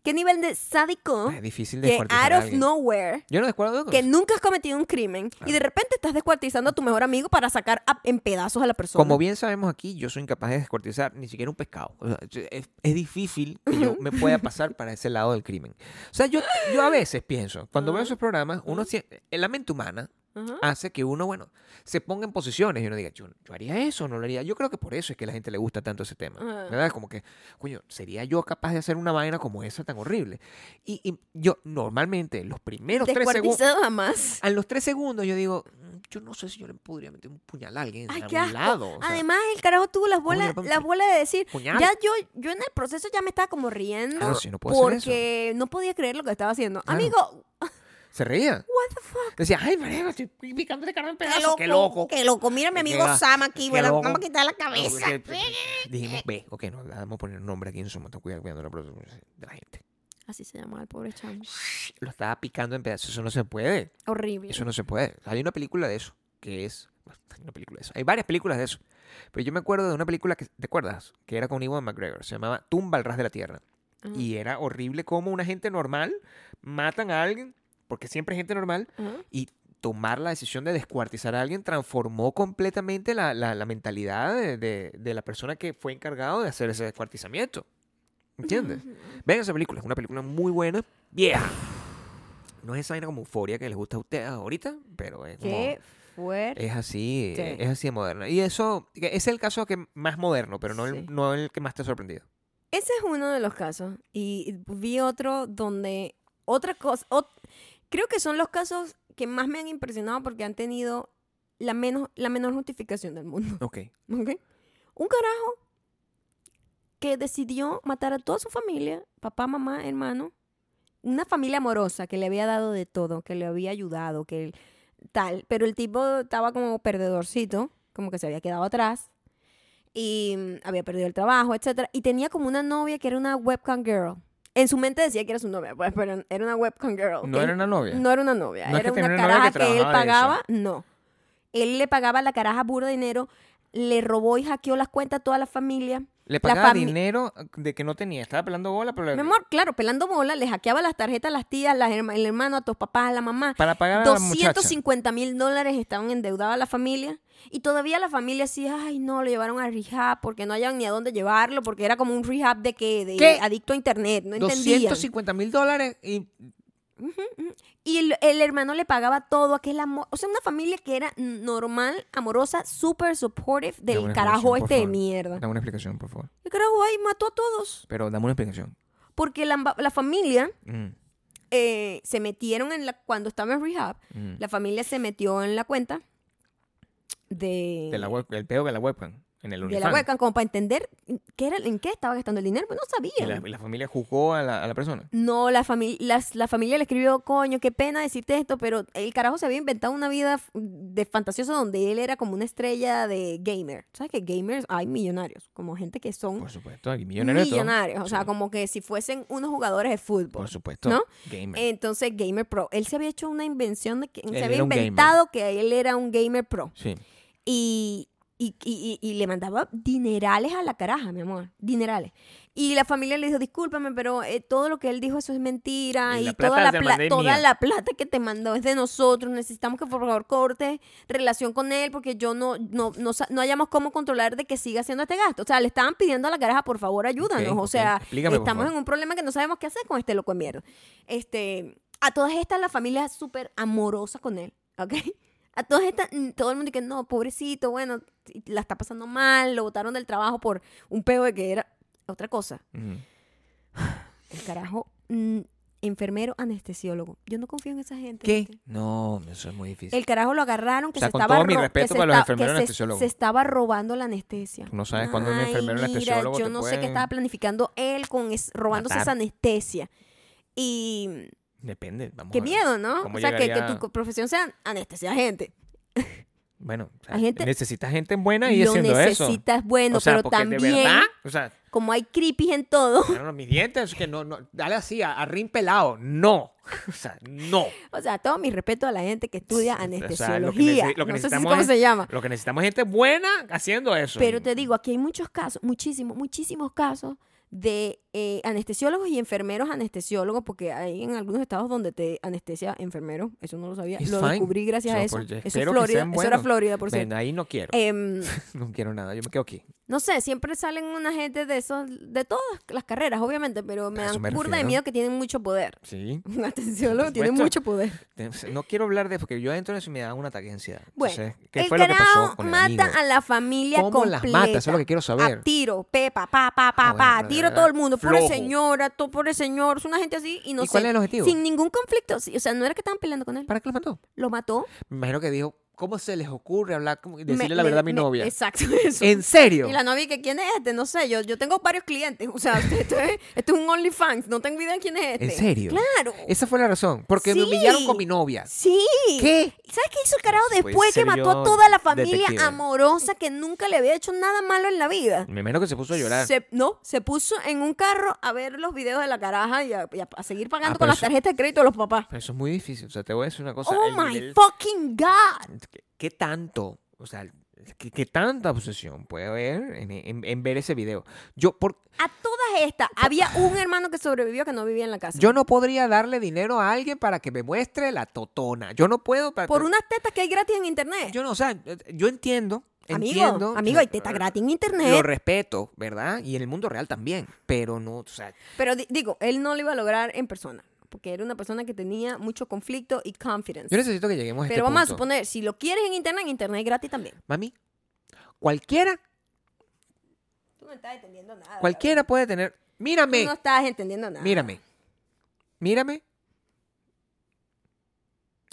S1: ¿Qué nivel de sádico
S2: Ah, Es difícil
S1: que out
S2: descuartizar a
S1: of
S2: alguien. Pues.
S1: nowhere,
S2: Yo no descuerdo
S1: que nunca has cometido un crimen y de repente estás descuartizando a tu mejor amigo para sacar a- en pedazos a la persona?
S2: Como bien sabemos aquí, yo soy incapaz de descuartizar ni siquiera un pescado. O sea, yo- es, es difícil que yo me pueda pasar para ese lado del crimen. O sea, yo, yo a veces pienso, cuando veo esos programas, uno sie- la mente humana
S1: Ajá.
S2: hace que uno, bueno, se ponga en posiciones y uno diga, yo, yo haría eso, no lo haría. Yo creo que por eso es que a la gente le gusta tanto ese tema.
S1: Ajá.
S2: ¿Verdad? Como que, coño, ¿sería yo capaz de hacer una vaina como esa tan horrible? Y, y yo, normalmente, los primeros tres segundos...
S1: Descuartizado jamás.
S2: A los tres segundos yo digo, "Mm, yo no sé si yo le podría meter un puñal a alguien
S1: Ay,
S2: en
S1: qué
S2: algún
S1: asco.
S2: lado. o sea.
S1: Además, el carajo tuvo las bolas,
S2: Coño, pa-
S1: las bolas de decir,
S2: puñal.
S1: ya yo, yo en el proceso ya me estaba como riendo
S2: Claro, sí, no puedo hacer eso.
S1: porque no podía creer lo que estaba haciendo.
S2: Claro.
S1: Amigo,
S2: Se reía.
S1: what the fuck?
S2: Decía, ay, marico, estoy picando de carne en
S1: Qué
S2: pedazos.
S1: loco,
S2: Qué loco.
S1: qué loco. Mira a mi
S2: Qué
S1: amigo
S2: va-
S1: Sam aquí,
S2: qué
S1: bueno,
S2: loco. Pues,
S1: vamos a quitar la
S2: No,
S1: cabeza.
S2: porque- Dijimos, ve, ok, no, le vamos a poner un nombre aquí en su momento, cuidado, cuidando la producción de la gente.
S1: Así se llamaba el pobre chamo.
S2: Lo estaba picando en pedazos, eso no se puede,
S1: Horrible.
S2: eso no se puede. Hay una película de eso, que es, bueno, hay una película de eso, hay varias películas de eso, pero yo me acuerdo de una película que, ¿te acuerdas? Que era con Iwan McGregor, se llamaba Tumba al ras de la tierra.
S1: Ajá,
S2: Y era horrible como una gente normal matan a alguien, porque siempre hay gente normal,
S1: ajá.
S2: y tomar la decisión de descuartizar a alguien transformó completamente la, la- la mentalidad de, de- de la persona que fue encargado de hacer ese descuartizamiento. ¿Entiendes? Vean esa película, es una película muy buena, vieja. No es esa vaina como euforia que les gusta a ustedes ahorita, pero es como-
S1: Qué fuerte.
S2: Es así,
S1: Sí.
S2: es así de moderna. Y eso que es el caso que más moderno, pero no,
S1: Sí.
S2: el, no el que más te ha sorprendido.
S1: Ese es uno de los casos. Y vi otro donde otra cosa. ot- creo que son los casos que más me han impresionado porque han tenido la, menos, la menor justificación del mundo.
S2: Ok.
S1: ¿ok? Un carajo que decidió matar a toda su familia, papá, mamá, hermano, una familia amorosa que le había dado de todo, que le había ayudado, que el- tal, pero el tipo estaba como perdedorcito, como que se había quedado atrás y mm, había perdido el trabajo, etcétera, y tenía como una novia que era una webcam girl. En su mente decía que era su novia, pues, pero era una webcam girl.
S2: No
S1: ¿ok?
S2: era una novia.
S1: No era una novia,
S2: No es
S1: era
S2: que
S1: una
S2: tenía una
S1: caraja
S2: novia que
S1: que, él
S2: trabajaba de
S1: pagaba. No. Él le pagaba la caraja burda de dinero, le robó y hackeó las cuentas a toda la familia.
S2: Le
S1: La
S2: pagaba
S1: fami-
S2: dinero de que no tenía. Estaba pelando bola, pero
S1: Mi amor, claro, pelando bola, le hackeaba las tarjetas a las tías, las herma- el hermano, a tus papás, a la mamá.
S2: para pagar a la muchacha.
S1: 250 mil dólares estaban endeudados a la familia. Y todavía la familia así, ay, no, lo llevaron a rehab porque no hallaban ni a dónde llevarlo, porque era como un rehab de que, de
S2: ¿Qué?
S1: adicto a internet, no entendían.
S2: 250 mil dólares y
S1: Y el, el hermano le pagaba todo aquel amor. O sea, una familia que era normal, amorosa, súper supportive
S2: Dame
S1: del
S2: una
S1: carajo
S2: explicación, por
S1: este de
S2: favor.
S1: mierda.
S2: Dame una explicación, por favor.
S1: El carajo ahí mató a todos.
S2: Pero dame una explicación.
S1: Porque la, la familia
S2: Mm,
S1: eh, se metieron en la. Cuando estaba en rehab,
S2: mm.
S1: la familia se metió en la cuenta de.
S2: De la web- el peo de la webcam. En el
S1: de la
S2: OnlyFans.
S1: webcam, como para entender qué era, en qué estaba gastando el dinero, pues no
S2: Y
S1: sabía.
S2: la, y la familia juzgó a la, a la persona.
S1: No, la, fami- las- la familia le escribió, coño, qué pena decirte esto, pero el carajo se había inventado una vida f- de fantasioso donde él era como una estrella de gamer. ¿Sabes que gamers hay millonarios? Como gente que son
S2: Por supuesto, aquí Pues, millonarios. de todo.
S1: millonarios. O sea,
S2: Sí. Pues,
S1: como que si fuesen unos jugadores de fútbol.
S2: Por supuesto.
S1: ¿No? Eh,
S2: Gamer.
S1: Entonces, gamer pro. Él se había hecho una invención de que
S2: Él
S1: se había
S2: era un gamer.
S1: inventado que él era un gamer pro.
S2: sí.
S1: Y, y, y- y- y le mandaba dinerales a la caraja, mi amor, dinerales. Y la familia le dijo, discúlpame, pero eh, todo lo que él dijo, eso es mentira.
S2: Y
S1: Y,
S2: la plata
S1: toda, la,
S2: te la
S1: pla-
S2: mandé es
S1: toda
S2: mía".
S1: la plata que te mandó es de nosotros. Necesitamos que por favor corte relación con él porque yo no, no, no, sa- no hayamos cómo controlar de que siga haciendo este gasto. O sea, le estaban pidiendo a la caraja, por favor, ayúdanos.
S2: Ok,
S1: O
S2: ok.
S1: sea,
S2: Explícame, por
S1: estamos
S2: favor.
S1: en un problema que no sabemos qué hacer con este loco de mierda. Este, a todas estas, la familia es súper amorosa con él, ¿ok? A todas estas, mm, todo el mundo que no, pobrecito, bueno, t- la está pasando mal, lo botaron del trabajo por un peo de que era otra cosa.
S2: Ujú.
S1: El carajo, mm, enfermero, anestesiólogo. Yo no confío en esa gente.
S2: ¿Qué?
S1: ¿viste?
S2: No, eso es muy difícil.
S1: El carajo lo agarraron que
S2: O sea,
S1: se
S2: con
S1: estaba
S2: todo mi
S1: ro- que
S2: respeto
S1: se
S2: para los
S1: esta-
S2: enfermeros
S1: que se-
S2: anestesiólogos.
S1: Se, estaba robando la anestesia.
S2: Tú no sabes cuándo un
S1: Ay,
S2: enfermero
S1: mira,
S2: anestesiólogo
S1: Yo
S2: te
S1: no sé
S2: puede
S1: qué estaba planificando él con es- robándose
S2: matar.
S1: esa anestesia. Y
S2: Depende. Vamos
S1: Qué
S2: a ver.
S1: miedo, ¿no?
S2: ¿Cómo
S1: O sea, que, que
S2: llegaría-
S1: tu co- profesión sea anestesia gente.
S2: Bueno, o sea,
S1: Hay gente-
S2: necesitas gente buena y
S1: lo
S2: haciendo eso.
S1: necesitas bueno,
S2: o sea,
S1: pero
S2: porque
S1: también,
S2: de verdad, o sea,
S1: como hay creepies en todo,
S2: no, no, mis dientes, que no, no, dale así, a, a rin pelado, no, o sea, no.
S1: o sea, todo mi respeto a la gente que estudia
S2: O sea, lo que
S1: anestesiología.
S2: necesi- lo que
S1: no sé si
S2: necesitamos
S1: cómo
S2: es-
S1: se llama.
S2: Lo que necesitamos es gente buena haciendo eso.
S1: Pero te digo, aquí hay muchos casos, muchísimos, muchísimos casos de eh, anestesiólogos y enfermeros anestesiólogos, porque hay en algunos estados donde te anestesia enfermero, eso no lo sabía,
S2: It's
S1: lo
S2: fine.
S1: descubrí gracias
S2: So,
S1: a eso.
S2: pues, yo
S1: Eso, es
S2: espero que
S1: Florida,
S2: sean
S1: eso era
S2: buenos.
S1: Florida, por
S2: Ven,
S1: cierto.
S2: ahí no quiero,
S1: Em,
S2: no quiero nada, yo me quedo aquí.
S1: No sé, siempre salen una gente de esos, de todas las carreras, obviamente, pero me
S2: A eso
S1: dan
S2: me
S1: burda de
S2: refiero.
S1: miedo que tienen mucho poder.
S2: Sí.
S1: Un anestesiólogo
S2: Por
S1: tiene
S2: supuesto.
S1: mucho poder.
S2: No quiero hablar de eso porque yo adentro de eso y me da un ataque de ansiedad.
S1: Bueno,
S2: Entonces, ¿qué
S1: el
S2: fue lo que pasó
S1: carajo
S2: con el
S1: mata
S2: amigo?
S1: a la familia
S2: ¿Cómo
S1: completa.
S2: las mata? Eso es lo que quiero saber.
S1: A tiro, pepa, pa, pa, pa,
S2: Ah, bueno,
S1: pa, a
S2: de
S1: tiro
S2: verdad,
S1: todo el mundo, pobre
S2: flojo.
S1: señora, todo pobre señor, es una gente así y no
S2: ¿Y cuál es el objetivo?
S1: Sin ningún conflicto, sí, o sea, no era que estaban peleando con él,
S2: ¿Para qué lo mató?
S1: lo mató.
S2: Me imagino que dijo, ¿cómo se les ocurre hablar, como- decirle
S1: me-
S2: la
S1: me-
S2: verdad a mi
S1: me-
S2: novia?
S1: Exacto, eso.
S2: ¿En serio?
S1: Y la novia, que ¿quién es este? No sé, yo, yo tengo varios clientes. O sea, este, este- este es un OnlyFans, no tengo idea quién es este.
S2: ¿En serio?
S1: Claro.
S2: Esa fue la razón. Porque me
S1: Sí.
S2: humillaron con mi novia.
S1: Sí.
S2: ¿Qué?
S1: ¿Sabes qué hizo el carajo
S2: Pues,
S1: después que
S2: ser
S1: mató
S2: yo
S1: a toda la familia
S2: detective.
S1: amorosa que nunca le había hecho nada malo en la vida?
S2: Me imagino que se puso a llorar.
S1: Se- no, se puso en un carro a ver los videos de la caraja y a, y a- a seguir pagando
S2: Ah, pero
S1: con las
S2: eso-
S1: tarjetas de crédito de los papás.
S2: Pero eso es muy difícil. O sea, te voy a decir una cosa. el
S1: oh my
S2: nivel-
S1: fucking God.
S2: ¿qué, qué tanto? O sea, ¿qué, qué tanta obsesión puede haber en, en- en ver ese video? Yo, por,
S1: A todas estas, había un hermano que sobrevivió que no vivía en la casa.
S2: yo no podría darle dinero a alguien para que me muestre la totona. Yo no puedo. para-
S1: por unas tetas que hay gratis en internet.
S2: Yo no, o sea, eh, yo entiendo.
S1: Amigo,
S2: entiendo,
S1: amigo, hay teta gratis en
S2: Lo
S1: internet.
S2: respeto, ¿verdad? Y en el mundo real también. Pero no, o sea,
S1: Pero di- digo, él no lo iba a lograr en persona, porque era una persona que tenía mucho conflicto y confidence.
S2: yo necesito que lleguemos a este
S1: Pero vamos
S2: punto.
S1: a suponer, si lo quieres en internet, en internet es gratis también.
S2: Mami, cualquiera,
S1: Tú no estás entendiendo nada.
S2: cualquiera puede tener.
S1: Gabriel.
S2: Mírame,
S1: Tú no estás entendiendo nada.
S2: mírame, mírame.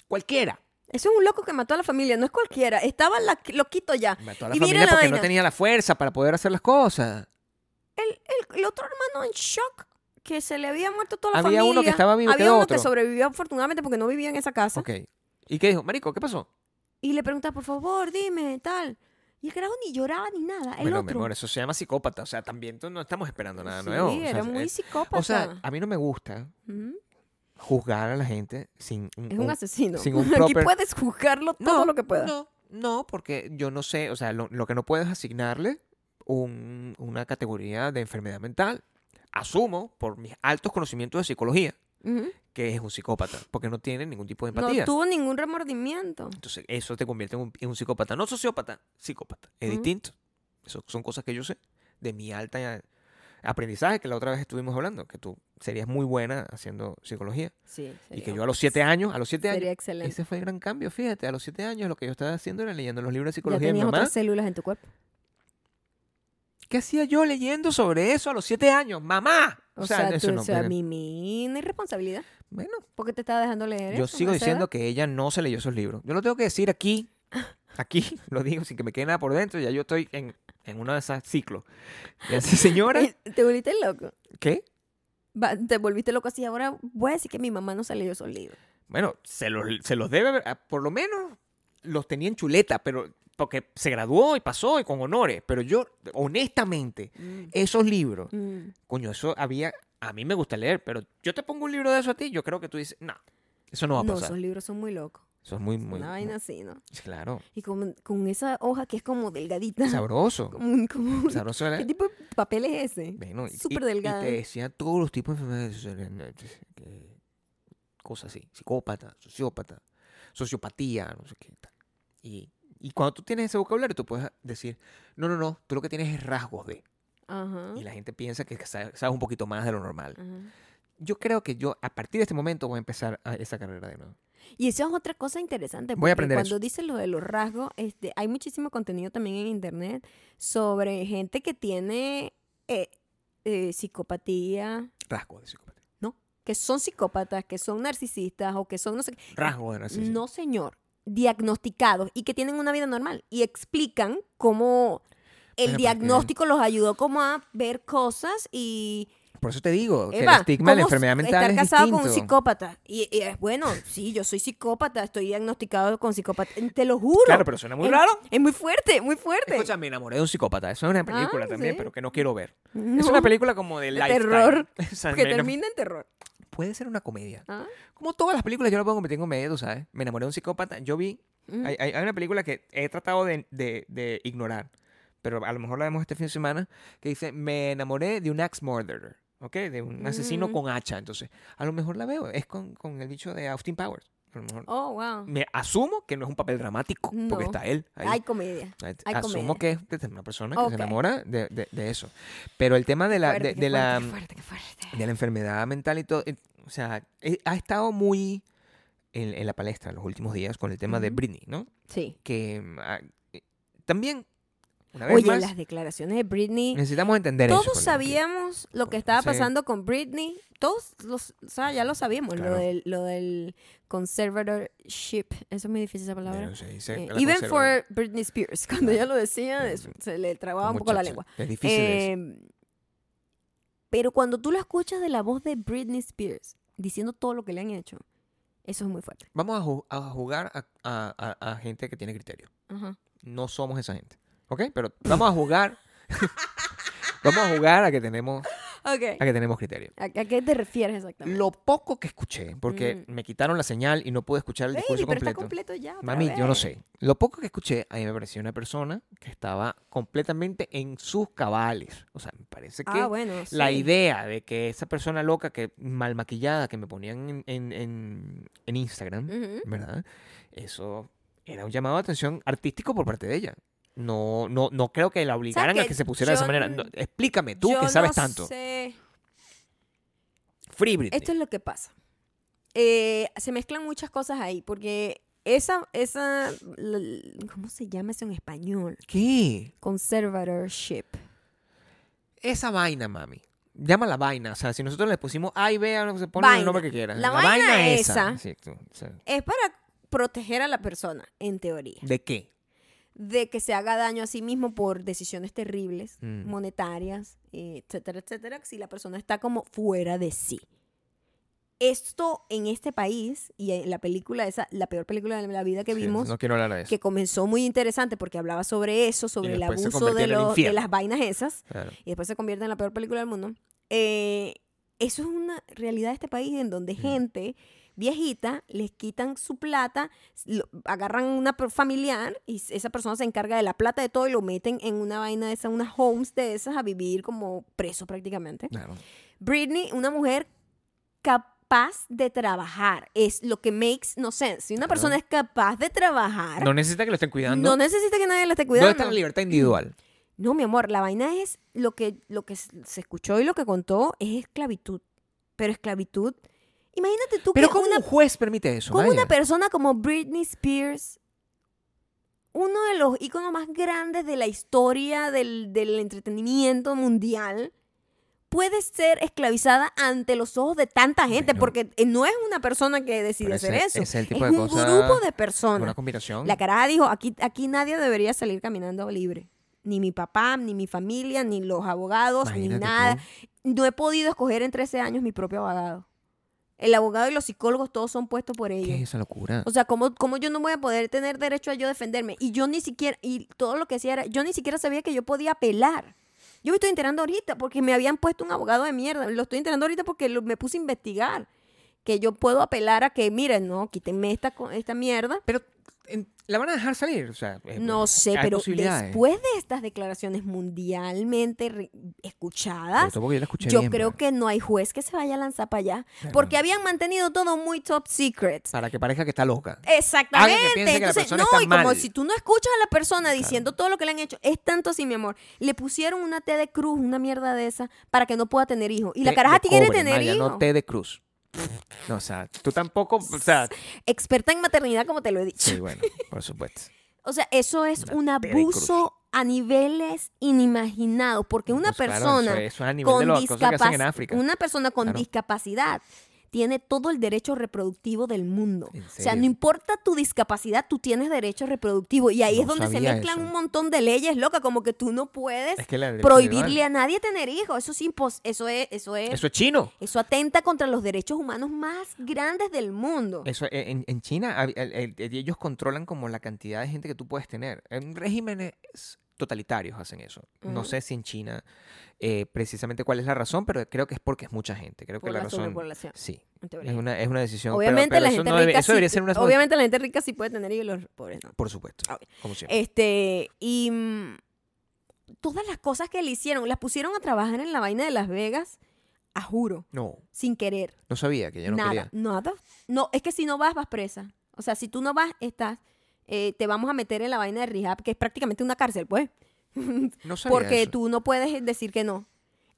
S2: Cualquiera.
S1: Eso es un loco que mató a la familia, no es cualquiera. Estaba la- loquito ya.
S2: Mató a la
S1: Y mira
S2: familia
S1: la
S2: porque no
S1: vaina.
S2: tenía la fuerza para poder hacer las cosas.
S1: El, el- el otro hermano en shock, que se le había muerto toda la
S2: Había
S1: familia.
S2: uno que estaba vivo,
S1: Había
S2: quedó
S1: uno que
S2: otro.
S1: sobrevivió afortunadamente porque no vivía en esa casa.
S2: Ok. ¿Y qué dijo? Marico, ¿qué pasó?
S1: Y le preguntaba, por favor, dime, tal. Y el carajo ni lloraba ni nada. El
S2: bueno, mi
S1: otro.
S2: amor, eso se llama psicópata. O sea, también tú- no estamos esperando nada nuevo.
S1: Sí,
S2: o sea,
S1: era muy
S2: es-
S1: psicópata.
S2: o sea, a mí no me gusta
S1: Ujú.
S2: juzgar a la gente sin un-
S1: Es un
S2: un-
S1: asesino.
S2: sin un
S1: Aquí
S2: proper-
S1: puedes juzgarlo todo lo que puedas.
S2: No, no, porque yo no sé, o sea, lo, lo que no puedes asignarle un- una categoría de enfermedad mental. Asumo, por mis altos conocimientos de psicología,
S1: Ujú.
S2: que es un psicópata, porque no tiene ningún tipo de
S1: No
S2: empatía.
S1: tuvo ningún remordimiento.
S2: Entonces, eso te convierte en un, en un psicópata. No sociópata, psicópata. Es
S1: Ujú.
S2: distinto. Eso son cosas que yo sé de mi alta aprendizaje, que la otra vez estuvimos hablando, que tú serías muy buena haciendo psicología.
S1: Sí.
S2: y que yo a los siete años, a los siete
S1: pues, Sería
S2: años,
S1: excelente.
S2: ese fue el gran cambio, fíjate, a los siete años lo que yo estaba haciendo era leyendo los libros de
S1: ya
S2: psicología de mi
S1: tenías
S2: mamá.
S1: otras células en tu cuerpo.
S2: ¿Qué hacía yo leyendo sobre eso a los siete años? ¡Mamá!
S1: O, sea, tú,
S2: eso no,
S1: o sea,
S2: pero-
S1: mi, mi irresponsabilidad.
S2: Bueno,
S1: ¿Por qué te estaba dejando leer
S2: yo
S1: eso
S2: sigo
S1: a esa
S2: diciendo
S1: edad?
S2: que ella no se leyó esos libros. Yo lo tengo que decir aquí. Aquí lo digo sin que me quede nada por dentro. Ya yo estoy en, en uno de esos ciclos. Y así, señora.
S1: Eh, Te volviste loco.
S2: ¿Qué?
S1: Va, te volviste loco así. Ahora voy a decir que mi mamá no se leyó esos libros.
S2: Bueno, se los, se los debe. haber- ah, Por lo menos los tenía en chuleta, pero porque se graduó y pasó y con honores. Pero yo, honestamente,
S1: Eh,
S2: esos libros,
S1: Mm.
S2: coño, eso había. A mí me gusta leer, pero yo te pongo un libro de eso a ti, yo creo que tú dices, no, eso no va a
S1: mm, No,
S2: pasar.
S1: esos libros son muy locos.
S2: Eso es muy,
S1: Una
S2: muy. muy-
S1: vaina así, ¿no?
S2: Claro.
S1: Y con, con esa hoja que es como delgadita.
S2: Sabroso.
S1: Como un- como un-
S2: Sabroso era.
S1: ¿Qué tipo de papel es ese?
S2: Bueno, y- y-
S1: Súper
S2: y
S1: delgada.
S2: te decía todos los tipos de enfermedades. eh, eh, eh, eh, Cosas así. Psicópata, sociópata, sociopatía, no sé qué. tal. Y, y cuando tú tienes ese vocabulario, tú puedes decir, no, no, no, tú lo que tienes es rasgos de.
S1: Ajá.
S2: Y la gente piensa que sabes sabes un poquito más de lo normal.
S1: ajá.
S2: Yo creo que yo, a partir de este momento, voy a empezar a- esa carrera de nuevo.
S1: Y eso es otra cosa interesante.
S2: Voy a
S1: porque
S2: aprender
S1: Cuando
S2: eso.
S1: dices lo de los rasgos, este, hay muchísimo contenido también en internet sobre gente que tiene eh, eh, psicopatía,
S2: Rasgos de psicópata.
S1: que son psicópatas, que son narcisistas o que son no sé qué.
S2: Rasgos de narcisismo.
S1: No, señor. Diagnosticados y que tienen una vida normal. Y explican cómo el
S2: Bueno, porque-
S1: diagnóstico los ayudó como a ver cosas y
S2: Por eso te digo, que
S1: Eva,
S2: el estigma de la
S1: ¿cómo
S2: enfermedad mental
S1: estar
S2: es
S1: casado con un
S2: distinto.
S1: psicópata. Y, y es bueno, sí, yo soy psicópata, estoy diagnosticado con psicópata. eh, Te lo juro.
S2: Claro, pero suena muy
S1: Es-
S2: raro.
S1: Es, muy fuerte, muy fuerte.
S2: Escucha, me enamoré de un psicópata. Eso es una película
S1: Ah,
S2: también,
S1: sí.
S2: pero que no quiero ver.
S1: No,
S2: Es una película como de,
S1: De
S2: lifetime.
S1: terror,
S2: O sea,
S1: que
S2: me enam-
S1: termina en terror.
S2: Puede ser una comedia.
S1: Ah,
S2: Como todas las películas, yo la puedo convertir en comedia, tú sabes. Me enamoré de un psicópata. Yo vi...
S1: mm.
S2: Hay, hay- hay una película que he tratado de, de- de ignorar, pero a lo mejor la vemos este fin de semana, que dice, me enamoré de un axe murderer, ¿ok? De un asesino
S1: Mm.
S2: con hacha. Entonces, a lo mejor la veo. Es con, con el bicho de Austin Powers. A lo mejor-
S1: Oh, wow.
S2: Me asumo que no es un papel dramático,
S1: No.
S2: porque está él mm, ahí.
S1: Hay comedia.
S2: Ay,
S1: Hay
S2: Asumo
S1: comedia.
S2: que es de una persona
S1: Ok.
S2: que se enamora de, de- de eso. Pero el tema de la,
S1: Fuerte,
S2: de,
S1: qué
S2: de la,
S1: fuerte, qué fuerte, qué fuerte.
S2: de la enfermedad mental y todo, eh, o sea, eh, ha estado muy en, en la palestra en los últimos días con el tema de
S1: Ujú.
S2: Britney, ¿no?
S1: Sí.
S2: Que mm, ah, eh, también, una vez
S1: Oye,
S2: más,
S1: las declaraciones de Britney.
S2: necesitamos entender eso.
S1: Todos
S2: con la gente.
S1: sabíamos lo que
S2: con-
S1: estaba
S2: sí.
S1: pasando con Britney. Todos, los, o sea, ya lo sabíamos.
S2: Claro.
S1: Lo, del, lo del conservatorship. Eso es muy difícil esa palabra.
S2: Bueno, se dice
S1: Eh,
S2: que la
S1: even
S2: conservan.
S1: for Britney Spears. Cuando ella lo decía,
S2: Eh,
S1: es- se le trababa un poco la
S2: Muchacha,
S1: lengua.
S2: Es difícil eso.
S1: Eh, pero cuando tú la escuchas de la voz de Britney Spears diciendo todo lo que le han hecho, eso es muy fuerte.
S2: Vamos a, ju- a jugar a, a- a- a gente que tiene criterio.
S1: Ajá.
S2: No somos esa gente, ¿ok? Pero vamos a jugar... vamos a jugar a que tenemos
S1: Ok.
S2: a que tenemos criterio.
S1: ¿A, a qué te refieres exactamente?
S2: Lo poco que escuché, porque
S1: Mm.
S2: me quitaron la señal y no pude escuchar el
S1: Baby,
S2: discurso
S1: pero está
S2: completo.
S1: completo ya. otra
S2: Mami, yo no
S1: vez.
S2: sé. Lo poco que escuché, a mí me pareció una persona que estaba completamente en sus cabales. O sea, me parece que
S1: Ah, bueno.
S2: la
S1: sí.
S2: idea de que esa persona loca, que mal maquillada, que me ponían en, en- en- en Instagram,
S1: Ujú.
S2: ¿verdad? Eso era un llamado de atención artístico por parte de ella. No, no, no creo que la obligaran a
S1: qué?
S2: que se pusiera de
S1: Yo
S2: esa manera.
S1: n-
S2: No, explícame, tú
S1: Yo
S2: que sabes
S1: no
S2: tanto.
S1: sé.
S2: Free Britney.
S1: Esto es lo que pasa. Eh, se mezclan muchas cosas ahí, porque esa, esa, la- la- ¿cómo se llama eso en español?
S2: ¿Qué?
S1: Conservatorship.
S2: Esa vaina, mami. Llama la vaina. O sea, si nosotros le pusimos A y B, ahora se pone
S1: Vaina.
S2: el nombre que quieras.
S1: La vaina esa.
S2: Sí, tú, o sea,
S1: Es para proteger a la persona, en teoría,
S2: ¿De qué?
S1: de que se haga daño a sí mismo por decisiones terribles,
S2: Mm.
S1: monetarias, eh, etcétera, etcétera, si la persona está como fuera de sí. Esto en este país y en la película esa, la peor película de la vida que
S2: Sí,
S1: vimos,
S2: No quiero hablar de eso.
S1: que comenzó muy interesante porque hablaba sobre eso, sobre el
S2: después se
S1: abuso
S2: convirtió
S1: de,
S2: en el
S1: lo- de
S2: infierno.
S1: las vainas esas,
S2: Claro.
S1: y después se convierte en la peor película del mundo. Eh, eso es una realidad de este país en donde gente viejita les quitan su plata, lo- agarran una per- familiar y s- esa persona se encarga de la plata de todo y lo meten en una vaina de esas, unas homes de esas a vivir como preso prácticamente.
S2: Claro.
S1: Britney, una mujer capaz de trabajar, es lo que makes no sense. Si una
S2: Claro.
S1: persona es capaz de trabajar,
S2: No necesita que lo estén cuidando.
S1: no Mm. necesita que nadie la esté
S2: ¿Dónde
S1: cuidando.
S2: está la libertad individual?
S1: No, mi amor, la vaina es lo que, lo que s- se escuchó y lo que contó es esclavitud. Pero esclavitud. Imagínate tú
S2: Pero
S1: que
S2: ¿cómo
S1: una,
S2: un juez permite eso?
S1: cómo
S2: Maya?
S1: una persona como Britney Spears, uno de los íconos más grandes de la historia del, del entretenimiento mundial, puede ser esclavizada ante los ojos de tanta gente,
S2: Bueno.
S1: porque eh, no es una persona que decide
S2: Pero ese-
S1: hacer eso.
S2: ese es el tipo de
S1: un
S2: cosa-
S1: grupo de personas.
S2: Una combinación.
S1: La caraja dijo, aquí, aquí nadie debería salir caminando libre. Ni mi papá, ni mi familia, ni los abogados, ni
S2: Imagínate
S1: nada.
S2: tú.
S1: No he podido escoger en 13 años mi propio abogado. El abogado y los psicólogos todos son puestos por
S2: ¿Qué
S1: ellos.
S2: es esa locura?
S1: O sea, ¿cómo, ¿cómo yo no voy a poder tener derecho a yo defenderme? Y yo ni siquiera, y todo lo que hacía era, yo ni siquiera sabía que yo podía apelar. Yo me estoy enterando ahorita porque me habían puesto un abogado de mierda. Lo estoy enterando ahorita porque lo- me puse a investigar. Que yo puedo apelar a que, miren, no, quítenme esta, co- esta mierda.
S2: Pero en- la van a dejar salir. O sea, eh,
S1: No sé,
S2: hay
S1: pero
S2: posibilidades.
S1: después de estas declaraciones mundialmente re- escuchadas,
S2: Pero tampoco yo la escuché
S1: yo
S2: bien,
S1: creo
S2: pues.
S1: que no hay juez que se vaya a lanzar para allá,
S2: Claro.
S1: porque habían mantenido todo muy top secret.
S2: Para que parezca que está loca.
S1: Eh, Exactamente.
S2: Alguien que piense que la
S1: Entonces,
S2: persona
S1: no,
S2: está
S1: y como
S2: mal.
S1: si tú no escuchas a la persona diciendo todo lo que le han hecho, es tanto así, mi amor. Le pusieron una T de cruz, una mierda de esa, para que no pueda tener hijos. Y la
S2: Té
S1: caraja
S2: de
S1: quiere
S2: cobre,
S1: tener
S2: Maya,
S1: hijos.
S2: No té de cruz. No, o sea, tú tampoco. O sea,
S1: Experta en maternidad, como te lo he dicho.
S2: sí, bueno, por supuesto.
S1: O sea, eso es un
S2: T de cruz.
S1: abuso a niveles inimaginados, porque una
S2: Pues claro,
S1: persona
S2: eso, es- eso es a nivel de
S1: con
S2: las cosas que hacen en
S1: discapac-
S2: África.
S1: una persona con
S2: Claro.
S1: discapacidad tiene todo el derecho reproductivo del mundo.
S2: ¿En
S1: O sea, no
S2: serio?
S1: importa tu discapacidad, tú tienes derecho reproductivo y ahí
S2: No
S1: es donde se
S2: sabía
S1: mezclan
S2: eso.
S1: un montón de leyes, loca, como que tú no puedes
S2: Es que la-
S1: prohibirle a nadie tener hijos. Eso es impos- eso es eso es
S2: Eso es chino.
S1: eso atenta contra los derechos humanos más grandes del mundo.
S2: Eso, eh, en, en China hab- el- el- el- ellos controlan como la cantidad de gente que tú puedes tener. En regímenes totalitarios hacen eso. No
S1: Ujú.
S2: sé si en China eh, precisamente cuál es la razón, pero creo que es porque es mucha gente. Creo
S1: Por
S2: que la,
S1: la
S2: razón...
S1: sobrepoblación,
S2: Sí,
S1: en teoría.
S2: es una, es una decisión. pero-
S1: Obviamente
S2: pero
S1: la
S2: eso
S1: gente
S2: no
S1: rica
S2: debe- Eso
S1: sí-
S2: debería ser una...
S1: Obviamente la gente rica sí puede tener y los pobres no.
S2: Por supuesto,
S1: Obvio.
S2: como siempre.
S1: Este, y mm, todas las cosas que le hicieron, las pusieron a trabajar en la vaina de Las Vegas, a juro,
S2: no,
S1: sin querer.
S2: no sabía que yo no
S1: nada,
S2: quería.
S1: nada. No, es que si no vas, vas presa. O sea, si tú no vas, estás, eh, te vamos a meter en la vaina de Rehab, que es prácticamente una cárcel, pues.
S2: No sabía
S1: Porque
S2: eso.
S1: tú no puedes decir que no.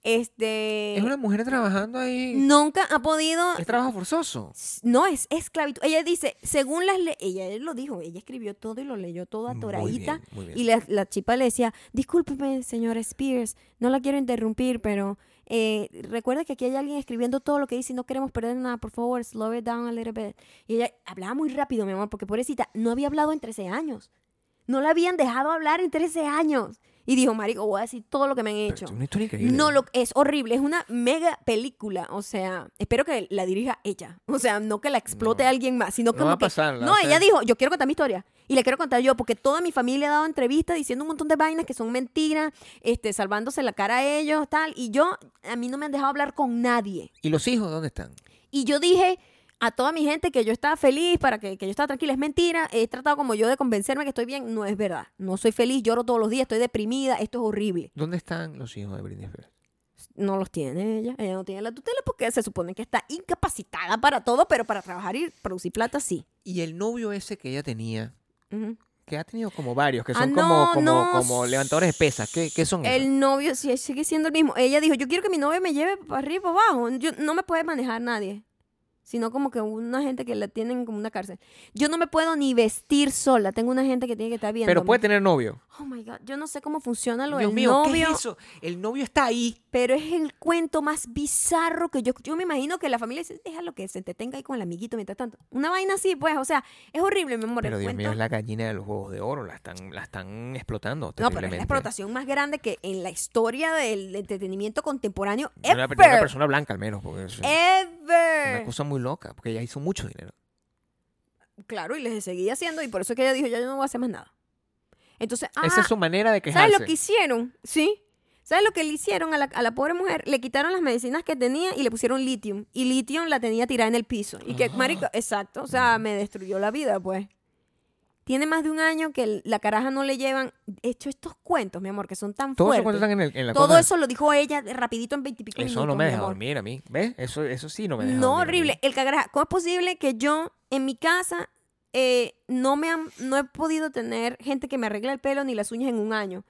S1: Este,
S2: Es una mujer trabajando ahí.
S1: nunca ha podido
S2: Es trabajo forzoso.
S1: S- No es esclavitud. Ella dice, según las leyes, ella lo dijo, ella escribió todo y lo leyó todo
S2: Muy
S1: atoradita.
S2: bien, muy bien.
S1: Y la, la chipa le decía, discúlpeme, señora Spears, no la quiero interrumpir, pero eh, recuerda que aquí hay alguien escribiendo todo lo que dice y no queremos perder nada, por favor, slow it down a little bit. Y ella hablaba muy rápido, mi amor, porque pobrecita, no había hablado en 13 años. No la habían dejado hablar en 13 años. Y dijo, marico, voy a decir todo lo que me han
S2: Pero
S1: hecho.
S2: es una historia increíble.
S1: No, lo, es horrible, es una mega película, o sea, espero que la dirija ella, o sea, no que la explote
S2: No.
S1: alguien más, sino
S2: No
S1: como
S2: va a
S1: que-
S2: pasar, la
S1: no,
S2: va a
S1: ella
S2: hacer.
S1: dijo, yo quiero contar mi historia y la quiero contar yo porque toda mi familia ha dado entrevistas diciendo un montón de vainas que son mentiras, este, salvándose la cara a ellos, tal, y yo a mí no me han dejado hablar con nadie.
S2: ¿Y los hijos dónde están?
S1: Y yo dije a toda mi gente que yo estaba feliz, para que, que yo estaba tranquila, es mentira. He tratado como yo de convencerme que estoy bien, no es verdad. No soy feliz, lloro todos los días, estoy deprimida, esto es horrible.
S2: ¿Dónde están los hijos de Britney Spears?
S1: No los tiene ella. Ella no tiene la tutela porque se supone que está incapacitada para todo, pero para trabajar y producir plata sí.
S2: Y el novio ese que ella tenía,
S1: Ujú.
S2: que ha tenido como varios, que
S1: Ah,
S2: son
S1: no,
S2: como, como,
S1: no,
S2: como levantadores de pesas. ¿Qué, qué son esos?
S1: El novio sí, sigue siendo el mismo. Ella dijo, yo quiero que mi novio me lleve para arriba y para abajo. Yo, no me puede manejar nadie. sino como que una gente que la tienen como una cárcel. Yo no me puedo ni vestir sola, tengo una gente que tiene que estar viendo.
S2: Pero puede tener novio.
S1: Oh my god, yo no sé cómo funciona lo
S2: Dios
S1: del
S2: mío, ¿qué
S1: novio,
S2: es eso? El novio está ahí.
S1: pero es el cuento más bizarro que yo escucho. Yo me imagino que la familia dice, déjalo que se te tenga ahí con el amiguito mientras tanto. Una vaina así, pues, o sea, es horrible, mi amor.
S2: Pero
S1: el
S2: Dios mío,
S1: cuento-
S2: es la gallina de los huevos de oro. La están, la están explotando.
S1: No, pero es la
S2: terriblemente.
S1: explotación más grande que en la historia del entretenimiento contemporáneo
S2: De Una,
S1: ever.
S2: de una persona blanca, al menos. Porque es una
S1: ever.
S2: cosa muy loca. Porque ella hizo mucho dinero.
S1: Claro, y les seguía haciendo y por eso es que ella dijo, ya yo no voy a hacer más nada. Entonces, ah,
S2: Esa es su manera de quejarse.
S1: ¿sabes lo que hicieron? Sí. ¿Sabes lo que le hicieron a la, a la pobre mujer? Le quitaron las medicinas que tenía y le pusieron litium. Y litium la tenía tirada en el piso. Y
S2: Ah.
S1: que, marico, exacto, o sea, me destruyó la vida, pues. Tiene más de un año que el- la caraja no le llevan hecho estos cuentos, mi amor, que son tan
S2: Todos esos
S1: fuertes.
S2: cuentos están en, el- en la
S1: Todo
S2: cosa-
S1: eso lo dijo ella de- rapidito en veintipico minutos.
S2: Eso no me
S1: mi
S2: deja
S1: amor.
S2: dormir a mí. ¿Ves? Eso, eso sí no me deja
S1: No,
S2: dormir a mí.
S1: horrible. El cagaraja. ¿Cómo es posible que yo en mi casa eh, no me han- no he podido tener gente que me arregle el pelo ni las uñas en un año?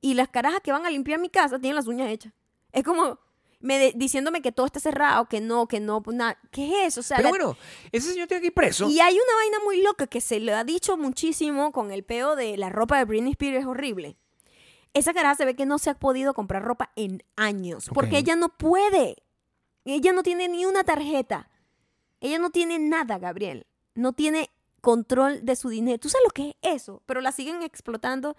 S1: Y las carajas que van a limpiar mi casa tienen las uñas hechas. Es como me de- diciéndome que todo está cerrado, que no, que no, pues, nada. ¿Qué es eso? O sea,
S2: Pero
S1: la-
S2: bueno, ese señor tiene que ir preso.
S1: y hay una vaina muy loca que se le ha dicho muchísimo con el peo de la ropa de Britney Spears es horrible. Esa caraja se ve que no se ha podido comprar ropa en años porque
S2: Ok.
S1: ella no puede. Ella no tiene ni una tarjeta. Ella no tiene nada, Gabriel. No tiene control de su dinero. ¿Tú sabes lo que es eso? Pero la siguen explotando.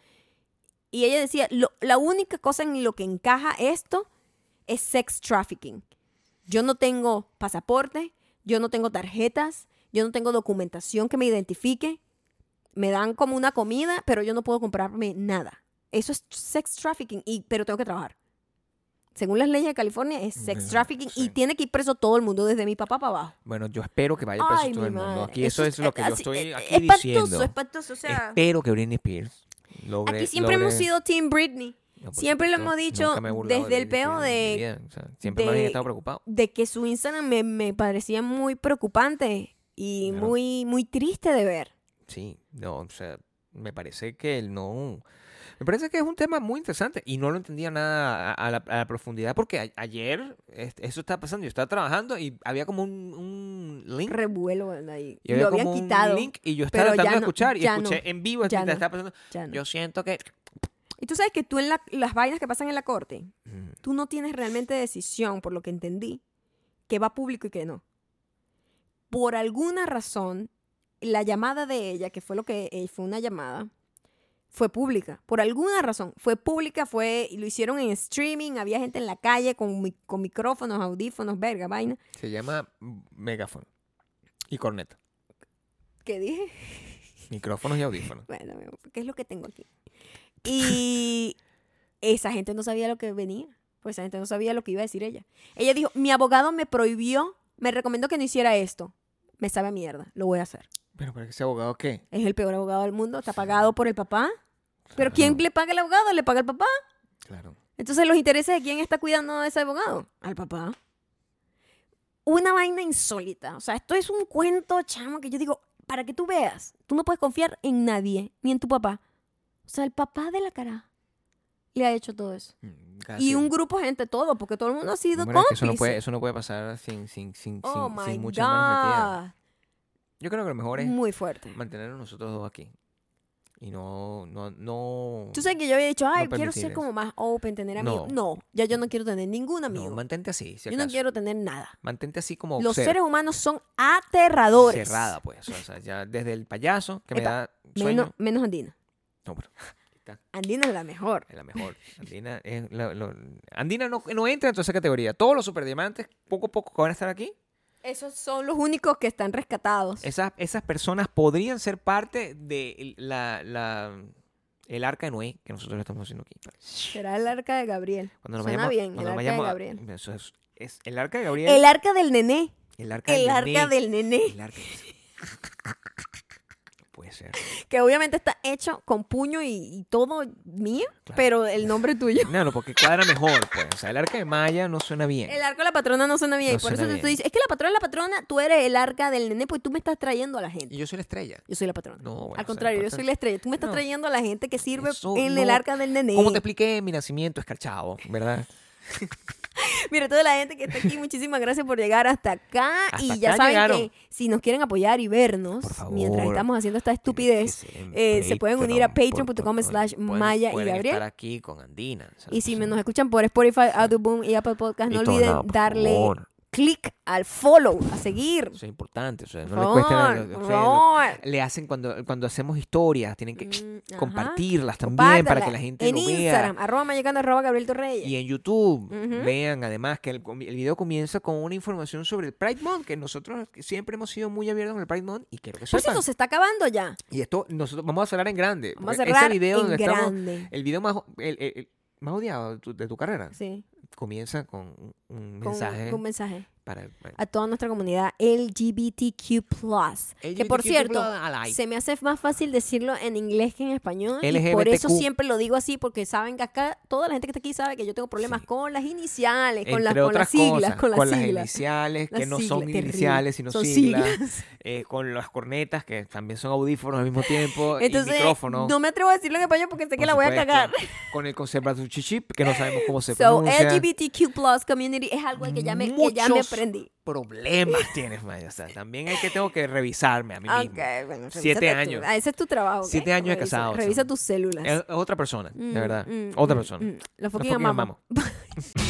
S1: Y ella decía, "Lo- la única cosa en lo que encaja esto es sex trafficking. Yo no tengo pasaporte, yo no tengo tarjetas, yo no tengo documentación que me identifique. Me dan como una comida, pero yo no puedo comprarme nada. Eso es sex trafficking, y, pero tengo que trabajar. Según las leyes de California, es sex
S2: Ujú,
S1: trafficking y
S2: sí.
S1: tiene que ir preso todo el mundo, desde mi papá para abajo.
S2: Bueno, yo espero que vaya preso
S1: Ay,
S2: todo
S1: mi
S2: el mundo.
S1: madre.
S2: Aquí eso, es lo que yo
S1: así,
S2: estoy
S1: eh,
S2: aquí
S1: espantoso,
S2: diciendo. Este,
S1: Espantoso, o sea,
S2: espero que Britney Spears logre...
S1: aquí siempre
S2: logre-
S1: hemos sido Team Britney.
S2: No, por
S1: siempre lo hemos dicho
S2: nunca me he burlado
S1: desde
S2: de
S1: el peo
S2: Britney
S1: de-
S2: Spears en mi vida, o sea, siempre me
S1: de-
S2: había estado preocupado.
S1: De que su Instagram me, me parecía muy preocupante y
S2: Claro.
S1: muy, muy triste de ver.
S2: Sí, no, o sea, me parece que el no. Me parece que es un tema muy interesante y no lo entendía nada a, a la, a la profundidad porque a- ayer este, eso estaba pasando. Yo estaba trabajando y había como un, un link.
S1: Revuelo de ahí.
S2: y había
S1: Lo
S2: como
S1: habían
S2: un
S1: quitado.
S2: link y yo estaba
S1: pero ya
S2: tratando de
S1: no,
S2: escuchar y
S1: ya
S2: escuché
S1: no,
S2: en vivo
S1: ya
S2: mientras
S1: no.
S2: estaba pasando.
S1: ya no.
S2: Yo siento que.
S1: Y tú sabes que tú en la- las vainas que pasan en la corte,
S2: Mm,
S1: tú no tienes realmente decisión, por lo que entendí, que va público y que no. Por alguna razón, la llamada de ella, que fue lo que eh, fue una llamada, fue pública. Por alguna razón, fue pública, fue y lo hicieron en streaming, había gente en la calle con, mi- con micrófonos, audífonos, verga, vaina.
S2: Se llama megáfono y corneta.
S1: ¿Qué dije?
S2: Micrófonos y audífonos.
S1: Bueno, mi amor, ¿qué es lo que tengo aquí? Y esa gente no sabía lo que venía. Pues esa gente no sabía lo que iba a decir ella. Ella dijo, mi abogado me prohibió, me recomendó que no hiciera esto. Me sabe a mierda, lo voy a hacer.
S2: Pero para que ese abogado, ¿qué?
S1: Es el peor abogado del mundo, está pagado por el papá. Pero
S2: Claro,
S1: ¿quién le paga al abogado? ¿Le paga el papá?
S2: Claro.
S1: Entonces, ¿los intereses de quién está cuidando a ese abogado? Al papá. Una vaina insólita. O sea, esto es un cuento, chamo, que yo digo, para que tú veas, tú no puedes confiar en nadie, ni en tu papá. O sea, el papá de la cara le ha hecho todo eso.
S2: Mm,
S1: Y
S2: casi.
S1: un grupo de gente, todo, porque todo el mundo ha sido
S2: Bueno, es
S1: cómplice.
S2: que eso no puede, eso no puede pasar sin, sin, sin,
S1: oh,
S2: sin,
S1: my
S2: sin muchas manos metidas.
S1: God.
S2: Yo creo que lo mejor es
S1: Muy fuerte.
S2: mantenernos nosotros dos aquí. Y no, no, no.
S1: Tú sabes que yo había dicho, ay, quiero
S2: permitir
S1: ser
S2: eso.
S1: como más open, tener
S2: No.
S1: amigos. No. ya yo no quiero tener ningún
S2: no,
S1: amigo.
S2: mantente así, si
S1: yo no
S2: acaso.
S1: quiero tener nada.
S2: Mantente así como
S1: Los
S2: ser-
S1: seres humanos son aterradores.
S2: cerrada, pues. O sea, ya desde el payaso que
S1: Epa,
S2: me da sueño.
S1: Menos, menos Andina.
S2: No, pero
S1: Andina es la mejor.
S2: es la mejor. Andina, es la- lo- Andina no, no entra en toda esa categoría. Todos los superdiamantes, poco a poco, que van a estar aquí,
S1: Esos son los únicos que están rescatados.
S2: esas, esas personas podrían ser parte de el- la, la- el arca de Noé que nosotros estamos haciendo aquí.
S1: Será el arca de Gabriel.
S2: Cuando nos
S1: Suena
S2: vayamos-
S1: bien,
S2: cuando
S1: el arca
S2: nos
S1: de
S2: vayamos a-
S1: Gabriel.
S2: Eso es, es el arca de Gabriel.
S1: El arca del nené.
S2: El arca
S1: El
S2: del
S1: arca
S2: nené.
S1: del nené.
S2: El arca. No puede ser.
S1: Que obviamente está hecho con puño y, y todo mío,
S2: Claro.
S1: pero el nombre es tuyo.
S2: No, no, porque cuadra mejor, pues. O sea, el arca de Maya no suena bien.
S1: El arca de la patrona no suena bien.
S2: No
S1: y por eso
S2: suena
S1: te estoy
S2: bien.
S1: diciendo, es que la patrona es la patrona, tú eres el arca del nené, pues tú me estás trayendo a la gente.
S2: Y yo soy la estrella.
S1: Yo soy la patrona.
S2: No, bueno, o sea,
S1: Al contrario, yo
S2: entonces-
S1: soy la estrella. Tú me estás
S2: No.
S1: trayendo a la gente que sirve
S2: Eso
S1: en
S2: no-
S1: el arca del nené.
S2: Como te expliqué, mi nacimiento es escarchado, ¿verdad?
S1: Mira, toda la gente que está aquí, muchísimas gracias por llegar hasta acá.
S2: Hasta
S1: y ya
S2: acá
S1: saben
S2: llegaron.
S1: que si nos quieren apoyar y vernos
S2: Por favor.
S1: mientras estamos haciendo esta estupidez, eh, se pueden unir a patreon.com slash maya y
S2: estar
S1: gabriel.
S2: aquí con Andina. o sea,
S1: Y si
S2: sí.
S1: me- nos escuchan por Spotify, Audioboom y Apple Podcast, no
S2: Y todo,
S1: olviden
S2: no, por
S1: darle
S2: favor.
S1: click al follow, a seguir.
S2: Eso es importante. O sea, no
S1: Por
S2: le cuesta nada,
S1: favor,
S2: o sea,
S1: por
S2: lo-
S1: favor.
S2: le hacen cuando, cuando hacemos historias, tienen que
S1: Mm, ajá.
S2: compartirlas también para que la
S1: Compártanla.
S2: gente
S1: en
S2: lo vea.
S1: Instagram, arroba mayacando, arroba Gabriel Torreyes.
S2: Y en YouTube,
S1: Ujú.
S2: vean además que el, comi- el video comienza con una información sobre el Pride Month, que nosotros siempre hemos sido muy abiertos con el Pride Month y quiero que
S1: Por
S2: sepan.
S1: cierto, Pues se está acabando ya.
S2: Y esto nosotros vamos a cerrar en grande.
S1: Vamos a
S2: porque
S1: cerrar
S2: este video
S1: en
S2: donde estamos-
S1: grande.
S2: el video más, el- el- el más odiado de tu, de tu carrera
S1: Sí,
S2: comienza con un- un
S1: con,
S2: mensaje
S1: con un mensaje
S2: para el, para
S1: a toda nuestra comunidad LGBTQ+.
S2: el-
S1: que por
S2: LGBTQ+
S1: cierto,
S2: alike.
S1: se me hace más fácil decirlo en inglés que en español. Y por eso
S2: LGBTQ.
S1: siempre lo digo así, porque saben que acá toda la gente que está aquí sabe que yo tengo problemas
S2: Sí.
S1: con las iniciales, con, las,
S2: entre
S1: con las
S2: otras
S1: siglas,
S2: cosas,
S1: con las siglas.
S2: iniciales
S1: Las
S2: que no
S1: siglas,
S2: son
S1: terrible.
S2: iniciales sino
S1: Son
S2: siglas, eh, con las cornetas que también son audífonos al mismo tiempo
S1: Entonces,
S2: y micrófono
S1: no me atrevo a decirlo en español porque sé que
S2: por
S1: la voy a
S2: supuesto,
S1: cagar.
S2: con el conservatuchi chip que no sabemos cómo se
S1: So,
S2: pronuncia
S1: LGBTQ community es algo que ya me, que ya me
S2: Muchos
S1: aprendí.
S2: problemas tienes Maya o sea también hay que tengo que revisarme a mí mismo
S1: Ok, bueno,
S2: Siete
S1: revísate tú.
S2: años.
S1: Ah, ese es tu trabajo. ok.
S2: Siete años de
S1: Revisa-
S2: casado,
S1: Revisa
S2: chamo.
S1: tus células.
S2: es otra persona
S1: Mm,
S2: de verdad
S1: mm,
S2: otra
S1: mm,
S2: persona
S1: mm. Los fucking
S2: fucking
S1: amamos.